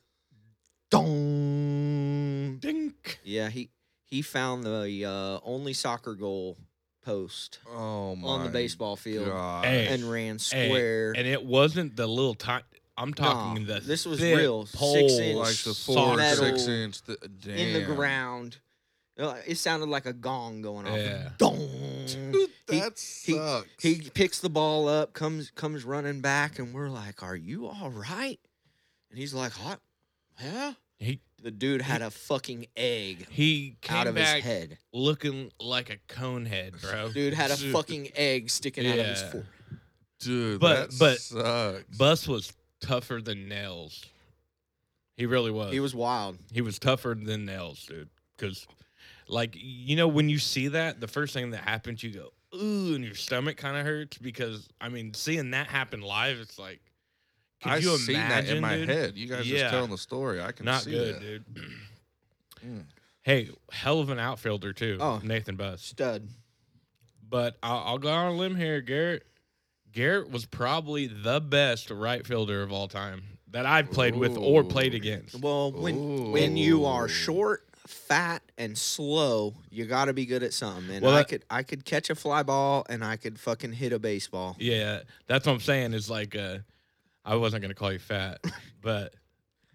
Speaker 2: Dong.
Speaker 1: Dink.
Speaker 2: Yeah, he he found the uh, only soccer goal post
Speaker 3: Oh my
Speaker 2: on the baseball field
Speaker 3: God.
Speaker 1: Hey.
Speaker 2: and ran
Speaker 1: Hey,
Speaker 2: square.
Speaker 1: and it wasn't the little time. I'm talking
Speaker 2: Nah,
Speaker 1: the
Speaker 2: this was
Speaker 1: thick
Speaker 2: real, six
Speaker 1: pole
Speaker 2: inch
Speaker 3: like the
Speaker 1: saw-
Speaker 3: four or
Speaker 2: Solid.
Speaker 3: six
Speaker 2: Metal
Speaker 3: inch. Th- damn.
Speaker 2: in the ground. Uh, It sounded like a gong going off.
Speaker 1: Yeah.
Speaker 2: Dong.
Speaker 3: Dude, that
Speaker 2: he-
Speaker 3: sucks.
Speaker 2: He picks the ball up, comes comes running back, and we're like, "Are you all right?" And he's like, "Hot, yeah."
Speaker 1: He
Speaker 2: The dude had a fucking egg
Speaker 1: he came
Speaker 2: out of his
Speaker 1: back
Speaker 2: head.
Speaker 1: looking like a cone head, bro.
Speaker 2: Dude had a fucking egg sticking out of his
Speaker 1: Yeah.
Speaker 2: foot.
Speaker 3: Dude,
Speaker 1: But-
Speaker 3: that
Speaker 1: but-
Speaker 3: sucks.
Speaker 1: Bus was tougher than nails. He really was.
Speaker 2: He was wild.
Speaker 1: He was tougher than nails, dude. Because, like, you know, when you see that, the first thing that happens, you go, ooh, and your stomach kind of hurts. Because, I mean, seeing that happen live, it's like, could
Speaker 3: I
Speaker 1: you
Speaker 3: seen
Speaker 1: imagine?
Speaker 3: that in my
Speaker 1: dude?
Speaker 3: head. You guys
Speaker 1: Yeah.
Speaker 3: just telling the story. I can
Speaker 1: Not
Speaker 3: see
Speaker 1: good,
Speaker 3: that.
Speaker 1: dude.
Speaker 3: Mm.
Speaker 1: hey, hell of an outfielder, too.
Speaker 2: Oh.
Speaker 1: Nathan Buss.
Speaker 2: Stud.
Speaker 1: But I'll, I'll go on a limb here, Garrett. Garrett was probably the best right fielder of all time that I've played with or
Speaker 3: Ooh.
Speaker 1: played against.
Speaker 2: Well, when when you are
Speaker 3: Ooh.
Speaker 2: short, fat, and slow, you got to be good at something. And
Speaker 1: Well,
Speaker 2: I
Speaker 1: that-
Speaker 2: could I could catch a fly ball and I could fucking hit a baseball.
Speaker 1: Yeah, that's what I'm saying. Is like, uh, I wasn't gonna call you fat, but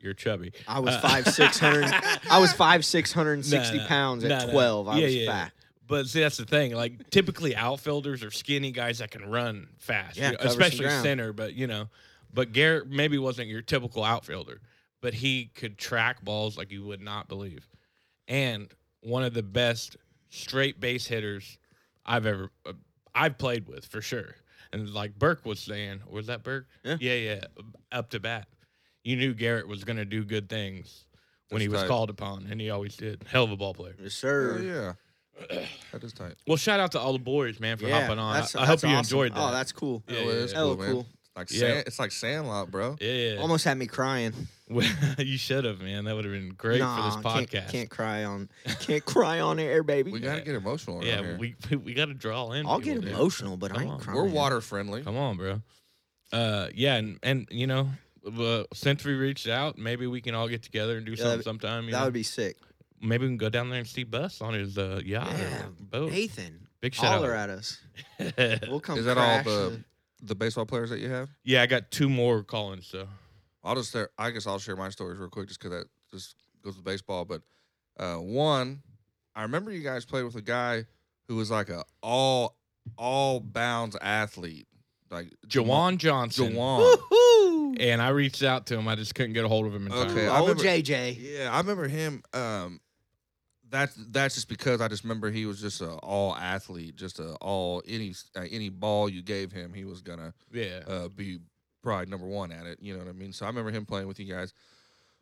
Speaker 1: you're chubby.
Speaker 2: I was
Speaker 1: Uh,
Speaker 2: five six hundred. I was five six hundred and sixty
Speaker 1: No, no,
Speaker 2: pounds at
Speaker 1: no, no.
Speaker 2: twelve. I
Speaker 1: Yeah,
Speaker 2: was
Speaker 1: yeah,
Speaker 2: fat.
Speaker 1: But see, that's the thing. Like, typically outfielders are skinny guys that can run fast, you
Speaker 2: Yeah,
Speaker 1: know,
Speaker 2: cover some
Speaker 1: especially
Speaker 2: ground.
Speaker 1: center. But you know, but Garrett maybe wasn't your typical outfielder, but he could track balls like you would not believe, and one of the best straight base hitters I've ever uh, I've played with for sure. And like Burke was saying, was that Burke?
Speaker 2: Yeah.
Speaker 1: yeah, Up to bat, you knew Garrett was going to do good things when
Speaker 3: That's
Speaker 1: he was
Speaker 3: tight.
Speaker 1: called upon, and he always did. Hell of a ball player.
Speaker 2: Yes,
Speaker 3: Hell
Speaker 2: sir.
Speaker 3: yeah. That is tight.
Speaker 1: Well, shout out to all the boys, man, for
Speaker 2: Yeah,
Speaker 1: hopping on. I-
Speaker 2: that's-
Speaker 1: I, hope
Speaker 2: that's
Speaker 1: you
Speaker 2: awesome.
Speaker 1: enjoyed that.
Speaker 2: Oh, that's cool.
Speaker 1: Yeah,
Speaker 3: Hell,
Speaker 1: yeah,
Speaker 3: it's
Speaker 1: yeah.
Speaker 2: Hell,
Speaker 3: man.
Speaker 2: cool.
Speaker 3: Like
Speaker 1: Yeah.
Speaker 3: sand, it's like Sandlot, bro.
Speaker 1: yeah.
Speaker 2: Almost had me crying.
Speaker 1: you should have, man. That would have been great for this
Speaker 2: Nah,
Speaker 1: podcast.
Speaker 2: can't- Can't, cry on. Can't cry on air, baby.
Speaker 3: We gotta get emotional. around
Speaker 1: yeah,
Speaker 3: here.
Speaker 1: we we, we got to draw in.
Speaker 2: I'll
Speaker 1: people,
Speaker 2: get
Speaker 1: dude.
Speaker 2: emotional, but I
Speaker 1: Come
Speaker 2: ain't
Speaker 1: on.
Speaker 2: crying.
Speaker 3: we're water friendly.
Speaker 1: Come on, bro. Uh, yeah, and and you know, uh, since we reached out, maybe we can all get together and do something
Speaker 2: that'd-
Speaker 1: sometime. You
Speaker 2: That
Speaker 1: know?
Speaker 2: would be sick.
Speaker 1: maybe we can go down there and see Bus on his uh, yacht
Speaker 2: Yeah.
Speaker 1: or boat.
Speaker 2: Nathan,
Speaker 1: Big shout
Speaker 2: holler
Speaker 1: out.
Speaker 2: at us. We'll come.
Speaker 3: Is that all
Speaker 2: crash
Speaker 3: the-
Speaker 2: and-
Speaker 3: The baseball players that you have,
Speaker 1: yeah, I got two more calling. So
Speaker 3: I'll just. Share, I guess I'll share my stories real quick, just because that just goes with baseball. But uh, one, I remember you guys played with a guy who was like a all all bounds athlete, like
Speaker 1: Jawan Johnson.
Speaker 3: Jawan.
Speaker 2: Woohoo!
Speaker 1: And I reached out to him. I just couldn't get a hold of him in time.
Speaker 3: Okay, I
Speaker 2: Old
Speaker 3: remember-
Speaker 2: JJ.
Speaker 3: Yeah, I remember him. Um, that's that's just because I just remember he was just a all athlete, just a all any uh, any ball you gave him, he was gonna
Speaker 1: Yeah.
Speaker 3: uh, be probably number one at it. You know what I mean? So I remember him playing with you guys.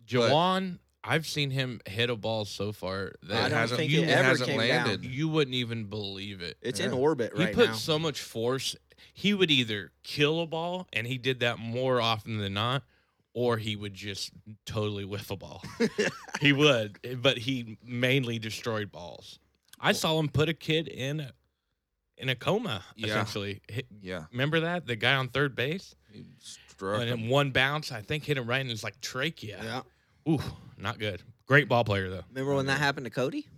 Speaker 1: Jawan, I've seen him hit a ball so far
Speaker 2: I
Speaker 1: that
Speaker 2: don't
Speaker 3: hasn't-
Speaker 2: think
Speaker 1: you
Speaker 2: it ever
Speaker 3: hasn't
Speaker 2: came
Speaker 3: landed.
Speaker 2: down.
Speaker 1: you wouldn't even believe it.
Speaker 2: It's in
Speaker 3: Yeah.
Speaker 2: orbit
Speaker 1: He
Speaker 2: right
Speaker 1: put
Speaker 2: now.
Speaker 1: so much force. He would either kill a ball, and he did that more often than not, or he would just totally whiff a ball. he would, but he mainly destroyed balls. I saw him put a kid in a, in a coma.
Speaker 3: Yeah.
Speaker 1: Essentially, Hit-
Speaker 3: Yeah,
Speaker 1: remember that the guy on third base,
Speaker 3: he struck.
Speaker 1: and
Speaker 3: him.
Speaker 1: in one bounce, I think hit him right in his like trachea.
Speaker 2: yeah.
Speaker 1: Ooh, not good. Great ball player though.
Speaker 2: Remember when that happened to Cody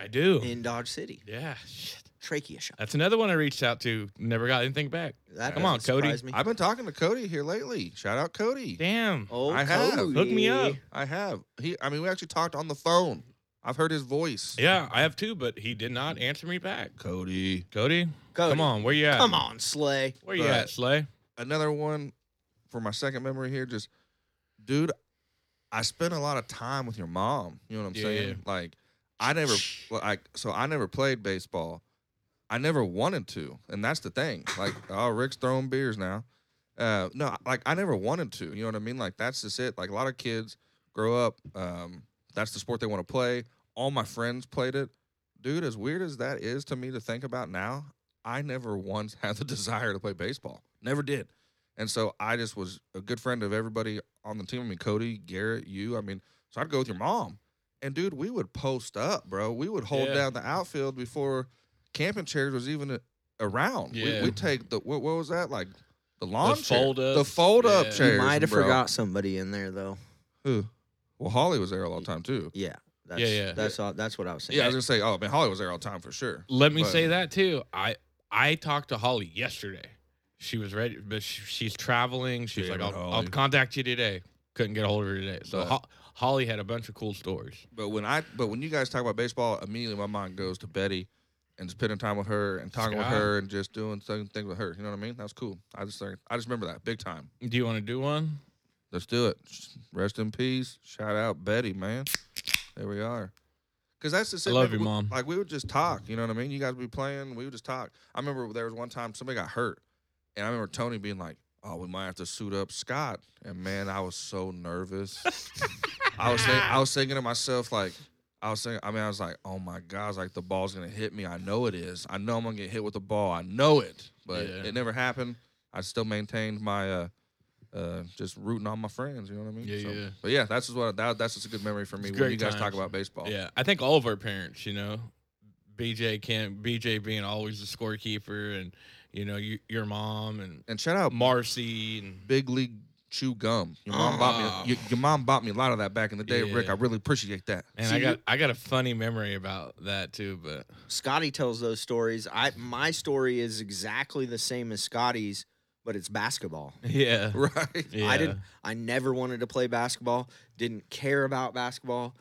Speaker 1: I do.
Speaker 2: in Dodge City?
Speaker 1: yeah, shit.
Speaker 2: Trachea shot.
Speaker 1: That's another one I reached out to. Never got anything back.
Speaker 2: That
Speaker 1: Come on,
Speaker 2: doesn't
Speaker 1: Cody.
Speaker 2: surprise me.
Speaker 3: I've been talking to Cody here lately. Shout out Cody.
Speaker 1: Damn.
Speaker 2: Oh,
Speaker 3: I have.
Speaker 2: Cody.
Speaker 1: Hook me up.
Speaker 3: I have. He. I mean, we actually talked on the phone. I've heard his voice.
Speaker 1: Yeah, I have two, but he did not answer me back.
Speaker 3: Cody.
Speaker 1: Cody,
Speaker 2: Cody.
Speaker 1: come on, where you at?
Speaker 2: Come on, Slay.
Speaker 1: where you
Speaker 3: But-
Speaker 1: at, Slay?
Speaker 3: Another one for my second memory here. Just, dude, I spent a lot of time with your mom. You know what I'm
Speaker 1: Yeah.
Speaker 3: saying? Like, I never like. So I never played baseball. I never wanted to, and that's the thing. Like, oh, Rick's throwing beers now. Uh, no, like I never wanted to. You know what I mean? Like that's just it. Like a lot of kids grow up. Um, that's the sport they want to play. All my friends played it. Dude, as weird as that is to me to think about now, I never once had the desire to play baseball. Never did. And so I just was a good friend of everybody on the team. I mean, Cody, Garrett, you. I mean, so I'd go with your mom. And dude, we would post up, bro. We would hold
Speaker 1: Yeah.
Speaker 3: down the outfield before camping chairs was even a- around.
Speaker 1: Yeah.
Speaker 3: We, we'd take the what, what was that like? The lawn
Speaker 1: The
Speaker 3: chair,
Speaker 1: fold-ups.
Speaker 3: the fold up
Speaker 1: Yeah. You
Speaker 3: chairs.
Speaker 2: you might have
Speaker 3: bro.
Speaker 2: forgot somebody in there though.
Speaker 3: Who? Well, Holly was there all the time too.
Speaker 2: Yeah. That's,
Speaker 1: yeah.
Speaker 2: That's all, that's what I was saying.
Speaker 3: Yeah, I was gonna say. Oh man, Holly was there all the time for sure.
Speaker 1: Let me
Speaker 3: But-
Speaker 1: say that too. I I talked to Holly yesterday. She was ready, but she, she's traveling. She's
Speaker 3: Damn
Speaker 1: like,
Speaker 3: it,
Speaker 1: I'll, I'll
Speaker 3: Holly.
Speaker 1: contact you today. Couldn't get a hold of her today. So
Speaker 3: But-
Speaker 1: Ho- Holly had a bunch of cool stories.
Speaker 3: But when I, but when you guys talk about baseball, immediately my mind goes to Betty, and spending time with her and talking
Speaker 1: Scott.
Speaker 3: with her and just doing certain things with her. You know what I mean? That's cool. I just think I just remember that big time.
Speaker 1: Do you want to do one?
Speaker 3: Let's do it. Rest in peace. Shout out Betty, man. There we are. Cause that's the
Speaker 1: I
Speaker 3: same.
Speaker 1: love your
Speaker 3: we-
Speaker 1: mom.
Speaker 3: Like we would just talk. You know what I mean? You guys would be playing. We would just talk. I remember there was one time somebody got hurt, and I remember Tony being like, "Oh, we might have to suit up Scott." And man, I was so nervous. I was think, I was thinking to myself like. I was thinking, I mean, I was like, oh my God, I was like, the ball's gonna hit me. I know it is. I know I'm gonna get hit with the ball. I know it. But
Speaker 1: Yeah.
Speaker 3: it never happened. I still maintained my uh uh just rooting on my friends, you know what I mean?
Speaker 1: Yeah, yeah.
Speaker 3: But yeah, that's just what that, that's just a good memory for
Speaker 1: It's
Speaker 3: me when you
Speaker 1: great
Speaker 3: guys talk
Speaker 1: times.
Speaker 3: about baseball.
Speaker 1: Yeah, I think all of our parents, you know, BJ can't BJ being always the scorekeeper, and you know, you, your mom and
Speaker 3: And shout out
Speaker 1: Marcy and
Speaker 3: Big League Chew Gum. Your mom bought me your, your mom bought me a lot of that back in the day, Rick.
Speaker 1: Ah. Yeah.
Speaker 3: I really appreciate that.
Speaker 1: And I got I got a funny memory about that too, but
Speaker 2: Scotty tells those stories. I my story is exactly the same as Scotty's, but it's basketball.
Speaker 1: yeah.
Speaker 3: Right.
Speaker 1: yeah.
Speaker 2: I didn't. I never wanted to play basketball. Didn't care about basketball.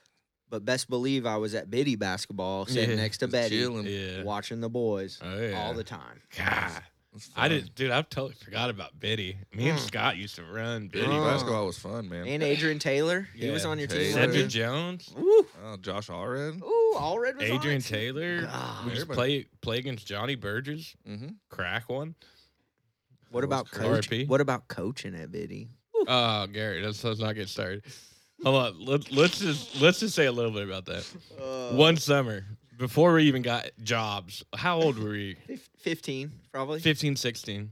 Speaker 2: But best believe I was at Biddy basketball, sitting
Speaker 1: Yeah,
Speaker 2: next to
Speaker 3: Just
Speaker 2: Betty,
Speaker 3: chilling.
Speaker 1: Yeah.
Speaker 2: watching the boys
Speaker 1: Oh, yeah.
Speaker 2: all the time.
Speaker 1: God.
Speaker 3: It's
Speaker 1: I
Speaker 3: fun.
Speaker 1: didn't dude, I totally forgot about Biddy. Me
Speaker 2: Mm.
Speaker 1: and Scott used to run Biddy.
Speaker 2: Oh.
Speaker 3: Basketball was fun, man.
Speaker 2: And Adrian Taylor, he was
Speaker 1: Yeah.
Speaker 2: on your team.
Speaker 3: Taylor.
Speaker 1: Cedric
Speaker 2: wasn't
Speaker 1: Jones,
Speaker 2: he? Ooh,
Speaker 3: Oh, Josh Allred.
Speaker 2: ooh, all red was on
Speaker 1: Adrian
Speaker 2: it.
Speaker 1: Taylor.
Speaker 2: God.
Speaker 1: We just
Speaker 3: Everybody.
Speaker 1: play play against Johnny Burgess,
Speaker 3: Mm-hmm.
Speaker 1: crack one.
Speaker 2: What about
Speaker 3: crazy.
Speaker 2: coach?
Speaker 1: RIP?
Speaker 2: What about coaching it, Biddy?
Speaker 1: Oh, Gary, let's, let's not get started. Hold on. Let, let's just let's just say a little bit about that.
Speaker 2: Uh,
Speaker 1: One summer before we even got jobs, how old were we?
Speaker 2: Fif- fifteen, probably.
Speaker 1: 15, 16.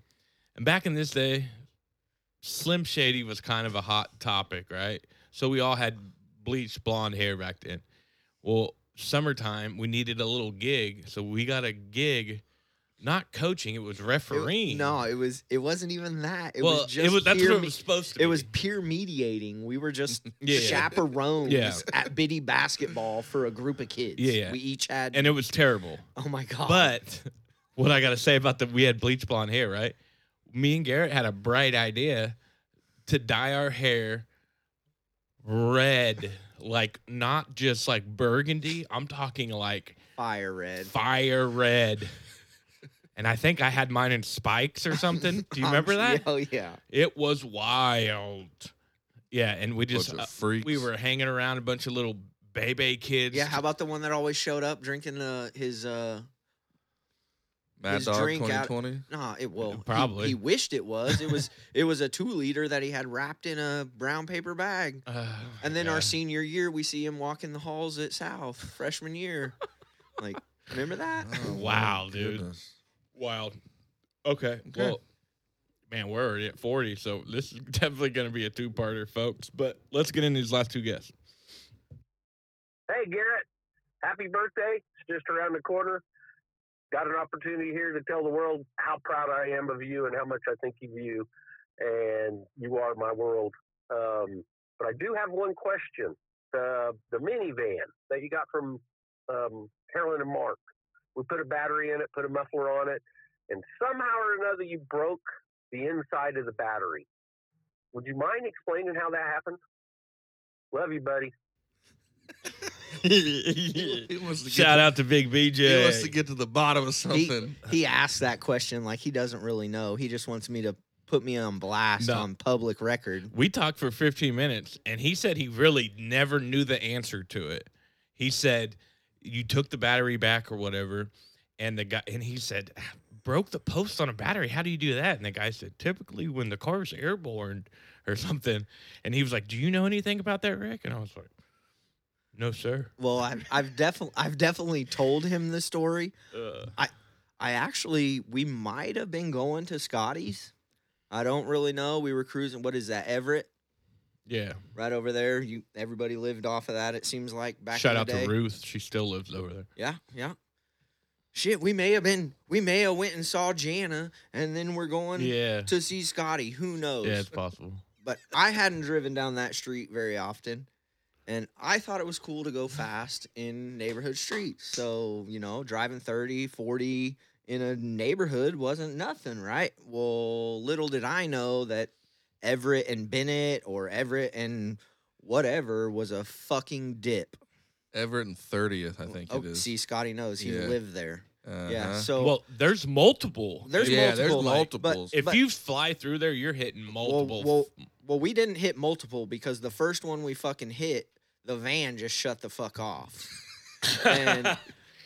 Speaker 1: And back in this day, Slim Shady was kind of a hot topic, right? So we all had bleached blonde hair back then. Well, summertime, we needed a little gig. So we got a gig, not coaching, it was
Speaker 2: It-
Speaker 1: refereeing.
Speaker 2: no, it was. It wasn't even that. It
Speaker 1: well,
Speaker 2: was just.
Speaker 1: it was, that's
Speaker 2: peer
Speaker 1: what it
Speaker 2: me-
Speaker 1: was supposed to be.
Speaker 2: It was peer mediating. We were just
Speaker 1: Yeah.
Speaker 2: chaperones
Speaker 1: Yeah.
Speaker 2: at Biddy basketball for a group of kids.
Speaker 1: Yeah, yeah.
Speaker 2: We each had.
Speaker 1: and it was terrible.
Speaker 2: oh my god.
Speaker 1: But what I gotta say about the we had bleach blonde hair, right? Me and Garrett had a bright idea to dye our hair red, like not just like burgundy. I'm talking like
Speaker 2: fire red.
Speaker 1: fire red. And I think I had mine in spikes or something. Do you
Speaker 2: Um,
Speaker 1: remember that?
Speaker 2: Oh yeah.
Speaker 1: It was wild. Yeah, and we just
Speaker 3: Bunch
Speaker 1: uh,
Speaker 3: of freaks.
Speaker 1: we were hanging around a bunch of little baby kids.
Speaker 2: Yeah. How about the one that always showed up drinking uh, his? uh
Speaker 3: Mad
Speaker 2: his
Speaker 3: Dog
Speaker 2: drink out-
Speaker 3: 2020.
Speaker 2: Nah, it will
Speaker 1: probably.
Speaker 2: He, wished it was. It was. it was a two liter that he had wrapped in a brown paper bag.
Speaker 1: Uh,
Speaker 2: And then
Speaker 1: yeah.
Speaker 2: our senior year, we see him walking the halls at South freshman year. like, remember that?
Speaker 3: Oh, my
Speaker 1: Wow, dude.
Speaker 3: goodness.
Speaker 1: Wild. Okay.
Speaker 3: Okay.
Speaker 1: Well, man, we're already at 40, so this is definitely going to be a two parter, folks. But let's get into these last two guests.
Speaker 6: Hey, Garrett, happy birthday. It's just around the corner. Got an opportunity here to tell the world how proud I am of you and how much I think of you. And you are my world. Um, but I do have one question. The, the minivan that you got from um, Carolyn and Mark, we put a battery in it, put a muffler on it, and somehow or another you broke the inside of the battery. Would you mind explaining how that happened? Love you, buddy.
Speaker 3: He wants to
Speaker 1: Shout
Speaker 3: get
Speaker 1: out to Big
Speaker 3: To, he wants to
Speaker 1: BJ.
Speaker 3: get to the bottom of
Speaker 2: He,
Speaker 3: something.
Speaker 2: he asked that question like he doesn't really know. He just wants me to put me on blast
Speaker 1: No.
Speaker 2: on public record.
Speaker 1: We talked for 15 minutes, and he said he really never knew the answer to it. He said, You took the battery back or whatever. And the guy, and he said, Broke the post on a battery. How do you do that? And the guy said, Typically, when the car's airborne or something. And he was like, Do you know anything about that, Rick? And I was like, No, sir.
Speaker 2: Well, I've, I've definitely I've definitely told him the story.
Speaker 1: Uh,
Speaker 2: I actually we might have been going to Scotty's. I don't really know. We were cruising. What is that, Everett?
Speaker 1: yeah.
Speaker 2: Right over there. You everybody lived off of that. It seems like back.
Speaker 1: Shout
Speaker 2: in the
Speaker 1: out
Speaker 2: day.
Speaker 1: to Ruth. She still lives over there.
Speaker 2: Yeah, yeah. Shit, we may have been, we may have went and saw Jana, and then we're going
Speaker 1: Yeah.
Speaker 2: to see Scotty. Who knows?
Speaker 1: Yeah, it's possible.
Speaker 2: But I hadn't driven down that street very often, and I thought it was cool to go fast in neighborhood streets. So you know, driving 30, 40 in a neighborhood wasn't nothing, right? Well, little did I know that Everett and Bennett, or Everett and whatever, was a fucking dip.
Speaker 3: Everett and 30th, I think
Speaker 2: oh,
Speaker 3: it is.
Speaker 2: see, Scotty knows he
Speaker 3: Yeah.
Speaker 2: lived there. Yeah.
Speaker 3: Uh-huh.
Speaker 2: So
Speaker 1: well, there's multiple.
Speaker 2: there's
Speaker 3: yeah,
Speaker 2: multiple,
Speaker 3: there's
Speaker 2: like, but-
Speaker 3: multiples.
Speaker 1: if
Speaker 2: but-
Speaker 1: you fly through there, you're hitting multiple.
Speaker 2: Well, well, well, we didn't hit multiple because the first one we fucking hit, the van just shut the fuck off. and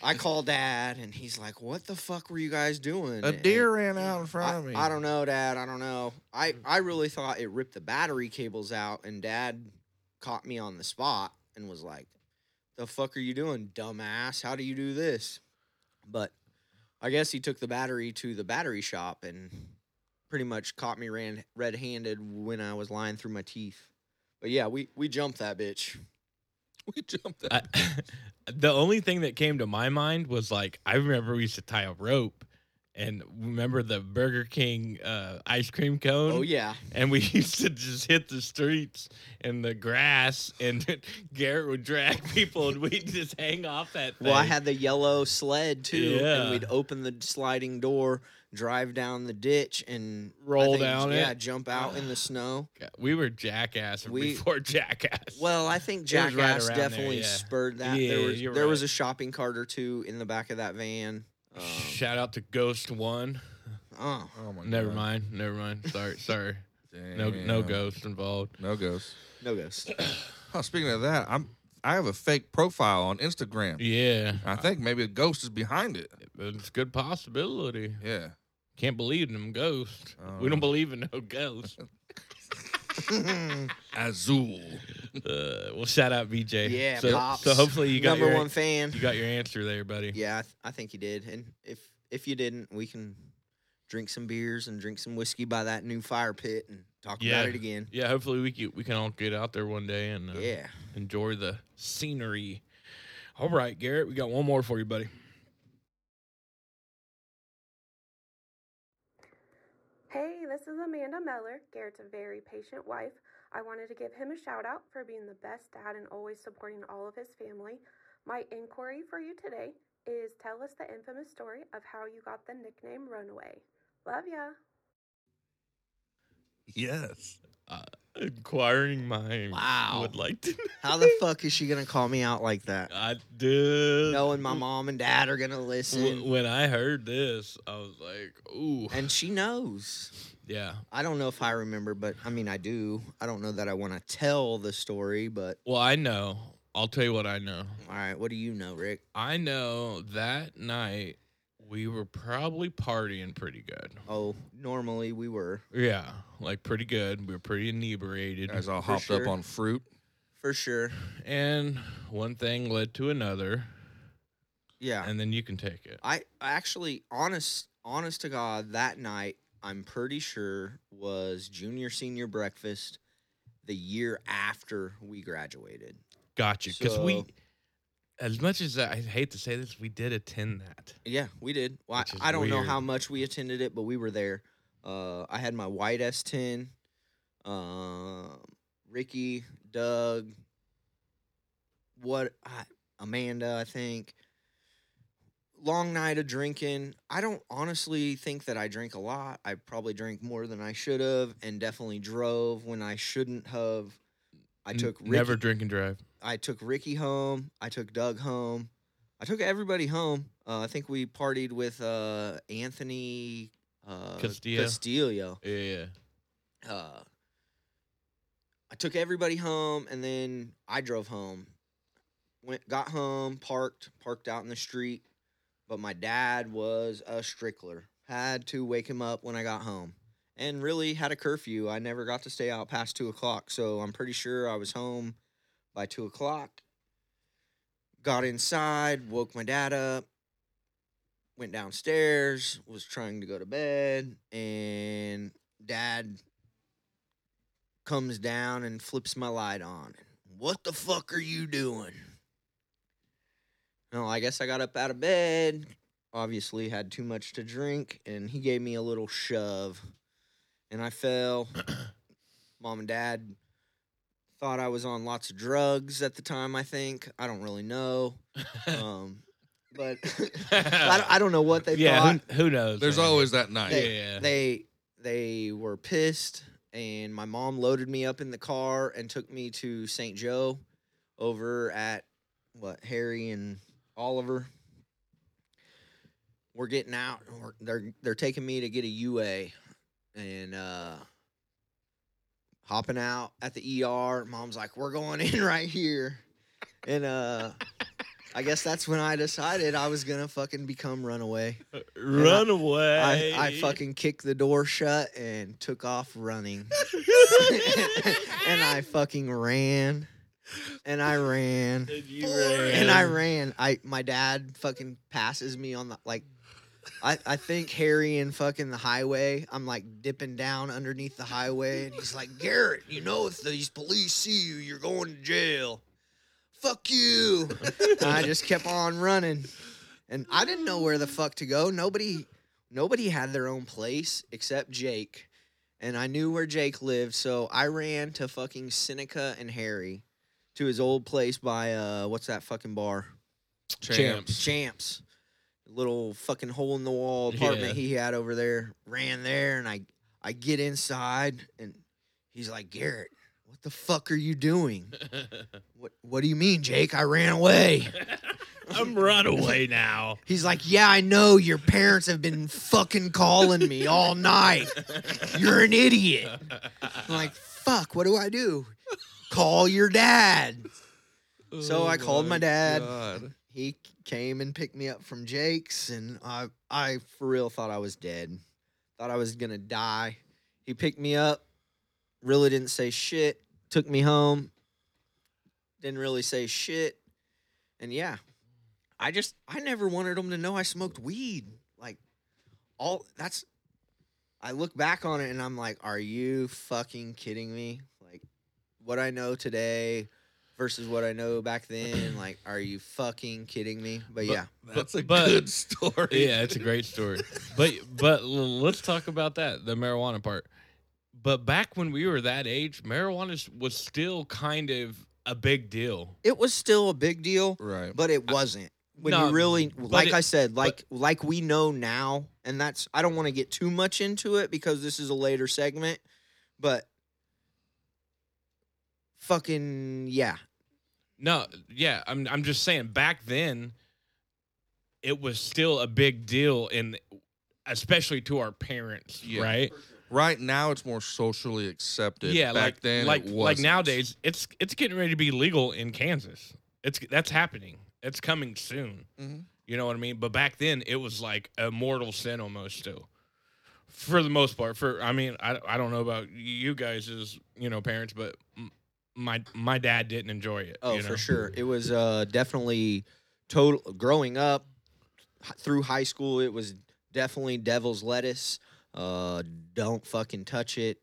Speaker 2: I called dad, and he's like, "What the fuck were you guys doing?"
Speaker 3: a
Speaker 2: And-
Speaker 3: deer ran out in front
Speaker 2: I,
Speaker 3: of me.
Speaker 2: I don't know, Dad. I don't know. I, I really thought it ripped the battery cables out, and Dad caught me on the spot and was like, "The fuck are you doing, dumbass? How do you do this?" But I guess he took the battery to the battery shop and pretty much caught me ran red-handed when I was lying through my teeth. But yeah, we we jumped that bitch.
Speaker 3: We jumped out.
Speaker 1: I, the only thing that came to my mind was like I remember we used to tie a rope, and remember the Burger King uh, ice cream cone.
Speaker 2: Oh yeah,
Speaker 1: And we used to just hit the streets and the grass, and Garrett would drag people, and we'd just hang off that. Thing.
Speaker 2: Well, I had the yellow sled too,
Speaker 1: Yeah.
Speaker 2: and we'd open the sliding door, drive down the ditch, and I
Speaker 1: Roll
Speaker 2: think-
Speaker 1: down it.
Speaker 2: Yeah, jump out in the snow.
Speaker 1: We were jackass
Speaker 2: We-
Speaker 1: before jackass.
Speaker 2: Well, I think
Speaker 1: It was right
Speaker 2: Jackass
Speaker 1: around there,
Speaker 2: definitely
Speaker 1: yeah.
Speaker 2: spurred that.
Speaker 1: Yeah,
Speaker 2: there was,
Speaker 1: you're
Speaker 2: there was
Speaker 1: right.
Speaker 2: a shopping cart or two in the back of that van. Um,
Speaker 1: Shout out to Ghost One.
Speaker 2: oh,
Speaker 3: Oh my
Speaker 1: Never
Speaker 3: God.
Speaker 1: mind. Never mind. Sorry. Sorry. No. No
Speaker 3: Damn.
Speaker 1: ghost involved.
Speaker 3: No ghost.
Speaker 2: no ghost.
Speaker 3: Oh, speaking of that, I'm I have a fake profile on Instagram.
Speaker 1: Yeah.
Speaker 3: I think maybe a ghost is behind it.
Speaker 1: It's a good possibility.
Speaker 3: Yeah.
Speaker 1: Can't believe in them ghosts.
Speaker 3: Oh,
Speaker 1: we don't
Speaker 3: no.
Speaker 1: believe in no ghosts.
Speaker 3: Azul.
Speaker 1: uh, well, shout out BJ.
Speaker 2: Yeah,
Speaker 1: so,
Speaker 2: Pops.
Speaker 1: So hopefully you got
Speaker 2: number
Speaker 1: your
Speaker 2: one fan.
Speaker 1: you got your answer there, buddy.
Speaker 2: Yeah, I, th- I think you did. And if if you didn't, we can drink some beers and drink some whiskey by that new fire pit and talk
Speaker 1: Yeah.
Speaker 2: about it again.
Speaker 1: Yeah, hopefully we can, we can all get out there one day and uh,
Speaker 2: Yeah.
Speaker 1: enjoy the scenery. All right, Garrett, we got one more for you, buddy.
Speaker 9: Hey, this is Amanda Meller, Garrett's very patient wife. I wanted to give him a shout out for being the best dad and always supporting all of his family. My inquiry for you today is tell us the infamous story of how you got the nickname Runaway. Love ya.
Speaker 3: Yes.
Speaker 1: Inquiring mind.
Speaker 2: Wow.
Speaker 1: Would like to.
Speaker 2: How the fuck is she gonna call me out like that?
Speaker 1: I did.
Speaker 2: Knowing my mom and dad are gonna
Speaker 1: Uh, W-
Speaker 2: listen,
Speaker 1: when I heard this, I was like, ooh.
Speaker 2: and she knows.
Speaker 1: yeah.
Speaker 2: I don't know if I remember, but I mean, I do. I don't know that I want to tell the story, but
Speaker 1: Well, I know. I'll tell you what I know.
Speaker 2: all right. What do you know, Rick?
Speaker 1: I know that night we were probably partying pretty good.
Speaker 2: Oh, normally we were
Speaker 1: Yeah, like pretty good. We were pretty inebriated.
Speaker 3: Guys all
Speaker 2: For
Speaker 3: hopped up
Speaker 2: sure.
Speaker 3: on fruit.
Speaker 2: for sure.
Speaker 1: And one thing led to another.
Speaker 2: Yeah.
Speaker 1: And then you can take it.
Speaker 2: I I actually, honest, honest to God, that night I'm pretty sure was junior senior breakfast, the year after we graduated.
Speaker 1: Gotcha. Because we,
Speaker 2: So-
Speaker 1: as much as I hate to say this, we did attend that.
Speaker 2: Yeah, we did. Well,
Speaker 1: Which is
Speaker 2: I, I don't know
Speaker 1: weird.
Speaker 2: how much we attended it, but we were there. Uh, I had my white S10. Um, Ricky, Doug, what I, Amanda, I think. Long night of drinking. I don't honestly think that I drink a lot. I probably drank more than I should have, and definitely drove when I shouldn't have. I
Speaker 1: N-
Speaker 2: took Ricky,
Speaker 1: never drink and drive.
Speaker 2: I took Ricky home. I took Doug home. I took everybody home. Uh, I think we partied with uh, Anthony uh,
Speaker 1: Castillo.
Speaker 2: Castillo.
Speaker 1: Yeah, yeah.
Speaker 2: Uh, I took everybody home, and then I drove home. Went, got home, parked, parked out in the street. But my dad was a strickler. Had to wake him up when I got home, and really had a curfew. I never got to stay out past two o'clock, so I'm pretty sure I was home by two o'clock. Got inside, woke my dad up, went downstairs, was trying to go to bed, and dad comes down and flips my light on. What the fuck are you doing? No, I guess I got up out of bed. Obviously, had too much to drink, and he gave me a little shove, and I fell. Mom and dad thought I was on lots of drugs at the time. I think I don't really know, um, but I, don't, I don't know what they
Speaker 1: yeah,
Speaker 2: thought
Speaker 1: who, who knows?
Speaker 3: There's
Speaker 1: man?
Speaker 3: always that night.
Speaker 2: they,
Speaker 1: Yeah.
Speaker 2: they they were pissed and my mom loaded me up in the car and took me to St. Joe over at what Harry and Oliver we're getting out and we're, they're they're taking me to get a UA and uh hopping out at the ER mom's like we're going in right here and uh I guess that's when I decided I was going to fucking become runaway
Speaker 1: Run away.
Speaker 2: I, I fucking kicked the door shut and took off running. and I fucking ran. And I ran.
Speaker 1: And you ran.
Speaker 2: And I ran. I my dad fucking passes me on the like I, I think Harry and fucking the highway. I'm like dipping down underneath the highway and he's like, Garrett, you know if these police see you, you're going to jail. Fuck you. And I just kept on running. And I didn't know where the fuck to go. Nobody nobody had their own place except Jake. And I knew where Jake lived, so I ran to fucking Seneca and Harry to his old place by uh what's that fucking bar?
Speaker 1: Champs.
Speaker 2: Champs. Little fucking hole in the wall apartment
Speaker 1: Yeah.
Speaker 2: he had over there. Ran there and I I get inside and he's like, Garrett, what the fuck are you doing? what what do you mean, Jake? I ran away.
Speaker 1: I'm run away now.
Speaker 2: He's like, Yeah, I know your parents have been fucking calling me all night. You're an idiot. I'm like, fuck, what do I do? Call your dad. So I called my dad.
Speaker 3: God.
Speaker 2: He came and picked me up from Jake's, and I, I for real thought I was dead. Thought I was gonna die. He picked me up. Really didn't say shit. Took me home. Didn't really say shit. And yeah, I just I never wanted him to know I smoked weed. Like all that's. I look back on it and I'm like, are you fucking kidding me? Like what I know today versus what I know back then. Like, are you fucking kidding me? But, yeah,
Speaker 3: That's a
Speaker 1: but-
Speaker 3: good story.
Speaker 1: Yeah, it's a great story. but but l- let's talk about that the marijuana part. But back when we were that age, marijuana s- was still kind of a big deal.
Speaker 2: it was still a big deal,
Speaker 3: Right.
Speaker 2: but it wasn't. When
Speaker 1: No,
Speaker 2: you really,
Speaker 1: but
Speaker 2: like
Speaker 1: it-
Speaker 2: I said, like like we know now, and that's I don't want to get too much into it because this is a later segment, but fucking yeah,
Speaker 1: No, yeah, I'm I'm just saying back then it was still a big deal and especially to our parents,
Speaker 3: Yeah.
Speaker 1: right?
Speaker 3: Right now, it's more socially accepted.
Speaker 1: yeah,
Speaker 3: Back
Speaker 1: like
Speaker 3: then,
Speaker 1: like
Speaker 3: it
Speaker 1: like
Speaker 3: wasn't.
Speaker 1: nowadays it's it's getting ready to be legal in Kansas. It's that's happening. It's coming soon.
Speaker 2: Mm-hmm.
Speaker 3: Mhm.
Speaker 1: You know what I mean? But back then it was like a mortal sin almost still. For the most part, for I mean, I, I don't know about you guys as you know parents, but m- my my dad didn't enjoy it.
Speaker 2: oh
Speaker 1: you know?
Speaker 2: for sure, it was uh definitely total growing up h- through high school. It was definitely devil's lettuce. Uh, don't fucking touch it.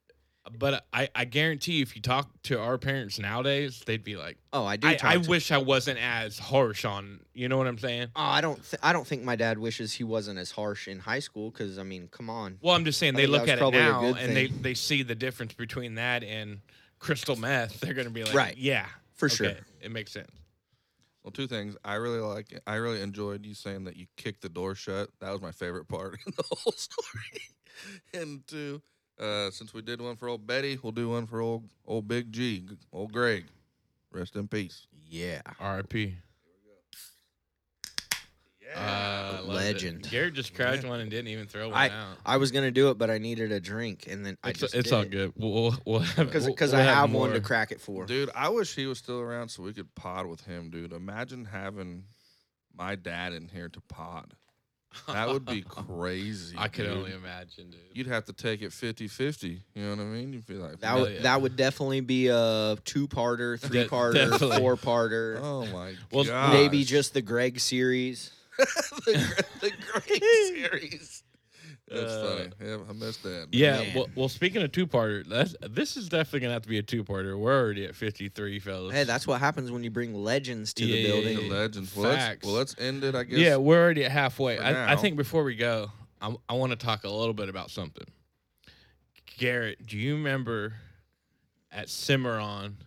Speaker 1: But I, I guarantee if you talk to our parents nowadays, they'd be like,
Speaker 2: Oh, I do.
Speaker 1: I,
Speaker 2: talk
Speaker 1: I
Speaker 2: to
Speaker 1: wish I wasn't as harsh on, you know what I'm saying?
Speaker 2: Oh, I don't. Th- I don't think my dad wishes he wasn't as harsh in high school. Because I mean, come on.
Speaker 1: Well, I'm just saying
Speaker 2: I
Speaker 1: they
Speaker 2: think that
Speaker 1: look
Speaker 2: was
Speaker 1: at it
Speaker 2: probably a
Speaker 1: now
Speaker 2: good
Speaker 1: and they,
Speaker 2: thing.
Speaker 1: they see the difference between that and crystal meth. They're going to be like,
Speaker 2: Right.
Speaker 1: yeah,
Speaker 2: For
Speaker 1: okay,
Speaker 2: sure.
Speaker 1: It makes sense.
Speaker 3: Well, two things. I really like. I really enjoyed you saying that you kicked the door shut. That was my favorite part in the whole story. and two, uh, since we did one for old Betty, we'll do one for old old Big G, g- old Greg. Rest in peace.
Speaker 2: Yeah.
Speaker 1: RIP. Yeah.
Speaker 2: Legend.
Speaker 1: Garrett just cracked one and didn't even throw one
Speaker 2: I-
Speaker 1: out.
Speaker 2: I was gonna do it, but I needed a drink, and then I
Speaker 1: It's,
Speaker 2: just
Speaker 1: it's
Speaker 2: did
Speaker 1: all
Speaker 2: it.
Speaker 1: good. We'll, we'll, we'll have
Speaker 2: because
Speaker 1: we'll-
Speaker 2: because
Speaker 1: we'll
Speaker 2: I have one to
Speaker 1: more.
Speaker 2: crack it for.
Speaker 3: Dude, I wish he was still around so we could pod with him, dude. Imagine having my dad in here to pod. That would be crazy.
Speaker 1: I could
Speaker 3: dude.
Speaker 1: only imagine, dude.
Speaker 3: You'd have to take it 50-50. You know what I mean? You'd be like,
Speaker 2: That would
Speaker 1: yeah.
Speaker 2: that would definitely be a two parter, three parter,
Speaker 1: definitely.
Speaker 2: four parter,
Speaker 3: oh my
Speaker 1: Well,
Speaker 3: god.
Speaker 2: maybe just the Greg series.
Speaker 3: the, the great series. That's
Speaker 1: Uh,
Speaker 3: funny. Yeah, I missed that.
Speaker 1: Yeah,
Speaker 2: Man.
Speaker 1: well, well, speaking of two parter, that's this is definitely gonna have to be a two parter. We're already at fifty three, fellas.
Speaker 2: Hey, that's what happens when you bring legends to
Speaker 1: Yeah,
Speaker 2: the
Speaker 1: yeah,
Speaker 2: building.
Speaker 3: The
Speaker 1: yeah.
Speaker 3: legends. Well let's,
Speaker 1: Facts.
Speaker 3: well, let's end it, I guess.
Speaker 1: yeah, we're already at halfway.
Speaker 3: for
Speaker 1: I, I
Speaker 3: now.
Speaker 1: think before we go, I, I want to talk a little bit about something. Garrett, do you remember at Cimarron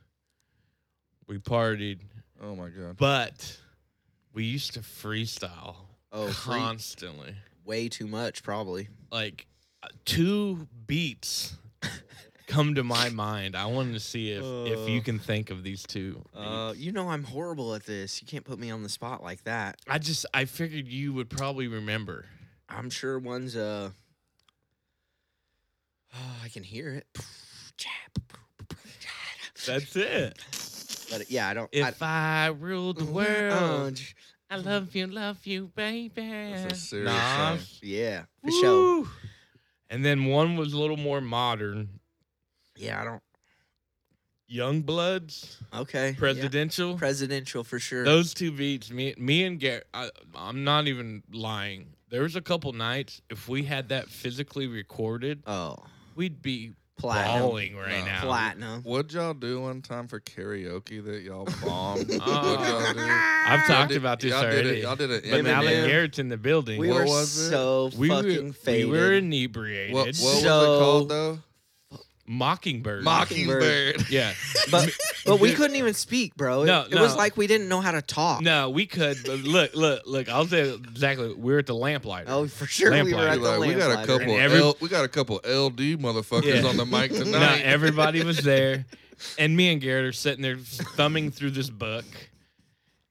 Speaker 1: we partied,
Speaker 3: Oh, my God.
Speaker 1: but we used to freestyle
Speaker 2: Oh, free-
Speaker 1: constantly,
Speaker 2: way too much probably.
Speaker 1: like uh, two beats. Come to my mind. I wanted to see if if you
Speaker 2: Uh,
Speaker 1: can think of these two.
Speaker 2: Uh, you know I'm horrible at this. You can't put me on the spot like that.
Speaker 1: I just I figured you would probably remember.
Speaker 2: I'm sure one's uh oh, I can hear it.
Speaker 1: That's it.
Speaker 2: But yeah, I don't I,
Speaker 1: If I, ruled the
Speaker 2: Uh,
Speaker 1: world,
Speaker 2: j-
Speaker 1: I love you, love you, baby.
Speaker 3: That's a serious song.
Speaker 1: Nas.
Speaker 2: yeah, for sure.
Speaker 1: Woo. And then one was a little more modern.
Speaker 2: Yeah, I don't
Speaker 1: Young Bloods,
Speaker 2: okay. yeah.
Speaker 1: presidential.
Speaker 2: Presidential for sure.
Speaker 1: Those two beats, me, me and Garrett. I, I'm not even lying. There was a couple nights if we had that physically recorded,
Speaker 2: oh.
Speaker 1: we'd be
Speaker 2: Platinum.
Speaker 1: bawling right
Speaker 3: No.
Speaker 1: now.
Speaker 2: Platinum.
Speaker 3: What'd y'all do one time for karaoke that y'all bombed? What'd
Speaker 1: Oh.
Speaker 3: y'all do? Y'all
Speaker 1: I've talked
Speaker 3: did-
Speaker 1: about this
Speaker 3: y'all Did
Speaker 1: already.
Speaker 3: it, y'all did it.
Speaker 1: but now that
Speaker 2: Eminem.
Speaker 1: Garrett's in the building,
Speaker 2: We
Speaker 3: What
Speaker 2: were
Speaker 3: was it?
Speaker 2: so
Speaker 1: we were,
Speaker 2: fucking
Speaker 1: we
Speaker 2: faded.
Speaker 1: were inebriated.
Speaker 3: what, what was it
Speaker 2: So-
Speaker 3: called, though?
Speaker 1: Mockingbird.
Speaker 2: Mockingbird.
Speaker 1: Yeah.
Speaker 2: but but we couldn't even speak, bro. It,
Speaker 1: No,
Speaker 2: it was
Speaker 1: no.
Speaker 2: like we didn't know how to talk.
Speaker 1: No, we could. But look, look, look. I'll tell you exactly. We are at the lamplighter.
Speaker 2: Oh, for sure we were
Speaker 1: Lamplighter.
Speaker 2: at the
Speaker 3: Like, we got a
Speaker 2: Lamplighter.
Speaker 3: couple.
Speaker 1: And every-
Speaker 3: L, we got a couple LD motherfuckers
Speaker 1: Yeah.
Speaker 3: on the mic
Speaker 1: No,
Speaker 3: tonight.
Speaker 1: everybody was there, and me and Garrett are sitting there thumbing through this book,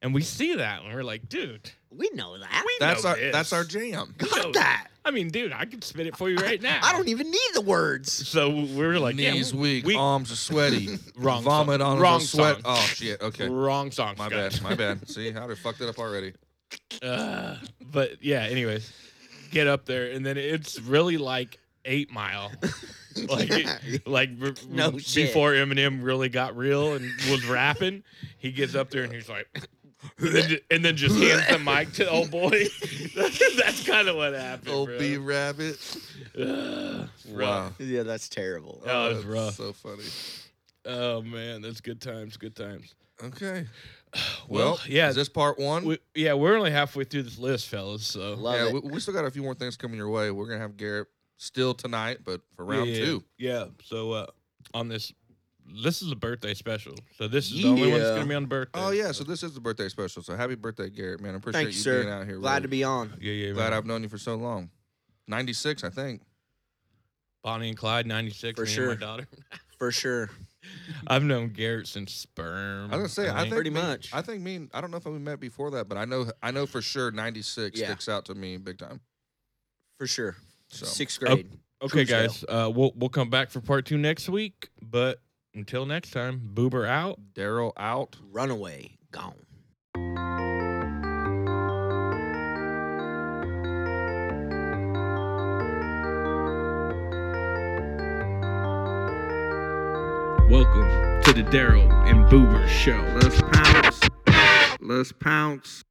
Speaker 1: and we see that, and we're like, dude,
Speaker 2: We know that. We
Speaker 3: that's
Speaker 1: know
Speaker 3: our
Speaker 1: this.
Speaker 3: that's our jam.
Speaker 1: we know
Speaker 2: got that.
Speaker 1: I mean, dude, I could spit it for you right now.
Speaker 2: I don't even need the words.
Speaker 1: So we were like, yeah,
Speaker 3: Knees
Speaker 1: we-
Speaker 3: weak, Oh,
Speaker 1: we-
Speaker 3: arms are sweaty.
Speaker 1: Wrong
Speaker 3: Vomit
Speaker 1: song.
Speaker 3: on
Speaker 1: Wrong
Speaker 3: the sweat.
Speaker 1: song.
Speaker 3: Oh shit. Okay.
Speaker 1: wrong song.
Speaker 3: My
Speaker 1: Scott.
Speaker 3: bad. My bad. See how they fucked it up already.
Speaker 1: Uh, but yeah, anyways, get up there, and then it's really like Eight Mile, like like b-
Speaker 2: No
Speaker 1: b-
Speaker 2: shit.
Speaker 1: before Eminem really got real and was rapping, he gets up there and he's like, and then, ju- and then just hands the mic to old boy. That's kind of what happened.
Speaker 3: Old
Speaker 1: bro.
Speaker 3: B Rabbit.
Speaker 1: Ugh, it's rough.
Speaker 3: Wow.
Speaker 2: yeah, that's terrible.
Speaker 1: Yeah. That was
Speaker 3: that's
Speaker 1: rough.
Speaker 3: So funny.
Speaker 1: Oh man, that's good times. Good times.
Speaker 3: Okay. Well,
Speaker 1: Well, yeah.
Speaker 3: Is this part one?
Speaker 1: We, yeah, we're only halfway through this list, fellas. So
Speaker 2: Love
Speaker 3: yeah,
Speaker 2: it.
Speaker 3: we, we still got a few more things coming your way. We're gonna have Garrett still tonight, but for round
Speaker 1: yeah,
Speaker 3: two.
Speaker 1: Yeah. So uh, on this, this is a birthday special. So this is the only one that's
Speaker 2: Yeah.
Speaker 1: gonna be on birthday.
Speaker 3: Oh yeah, so this is the birthday special. So happy birthday, Garrett, man. I appreciate
Speaker 2: Thank you,
Speaker 3: you
Speaker 2: sir.
Speaker 3: being out here.
Speaker 2: Glad to be on.
Speaker 1: yeah, yeah.
Speaker 3: glad
Speaker 1: man.
Speaker 3: I've known you for so long. Ninety six, I think.
Speaker 2: Mm-hmm.
Speaker 1: Bonnie and Clyde, ninety six.
Speaker 2: For
Speaker 1: me
Speaker 2: sure.
Speaker 1: And my daughter.
Speaker 2: For sure.
Speaker 1: I've known Garrett since sperm.
Speaker 3: I was gonna say, I think
Speaker 2: Pretty
Speaker 3: me-
Speaker 2: much.
Speaker 3: I think me. and- I don't know if we met before that, but I know. I know for sure. Ninety six
Speaker 2: Yeah.
Speaker 3: sticks out to me big time.
Speaker 2: For sure.
Speaker 3: So
Speaker 2: Sixth grade.
Speaker 1: Okay,
Speaker 2: Truesdale.
Speaker 1: guys. Uh, we'll we'll come back for part two next week. But until next time, Boober out.
Speaker 3: Daryl out.
Speaker 2: Runaway. Gone.
Speaker 1: Welcome to the Daryl and Boober Show.
Speaker 10: Let's pounce. Let's pounce.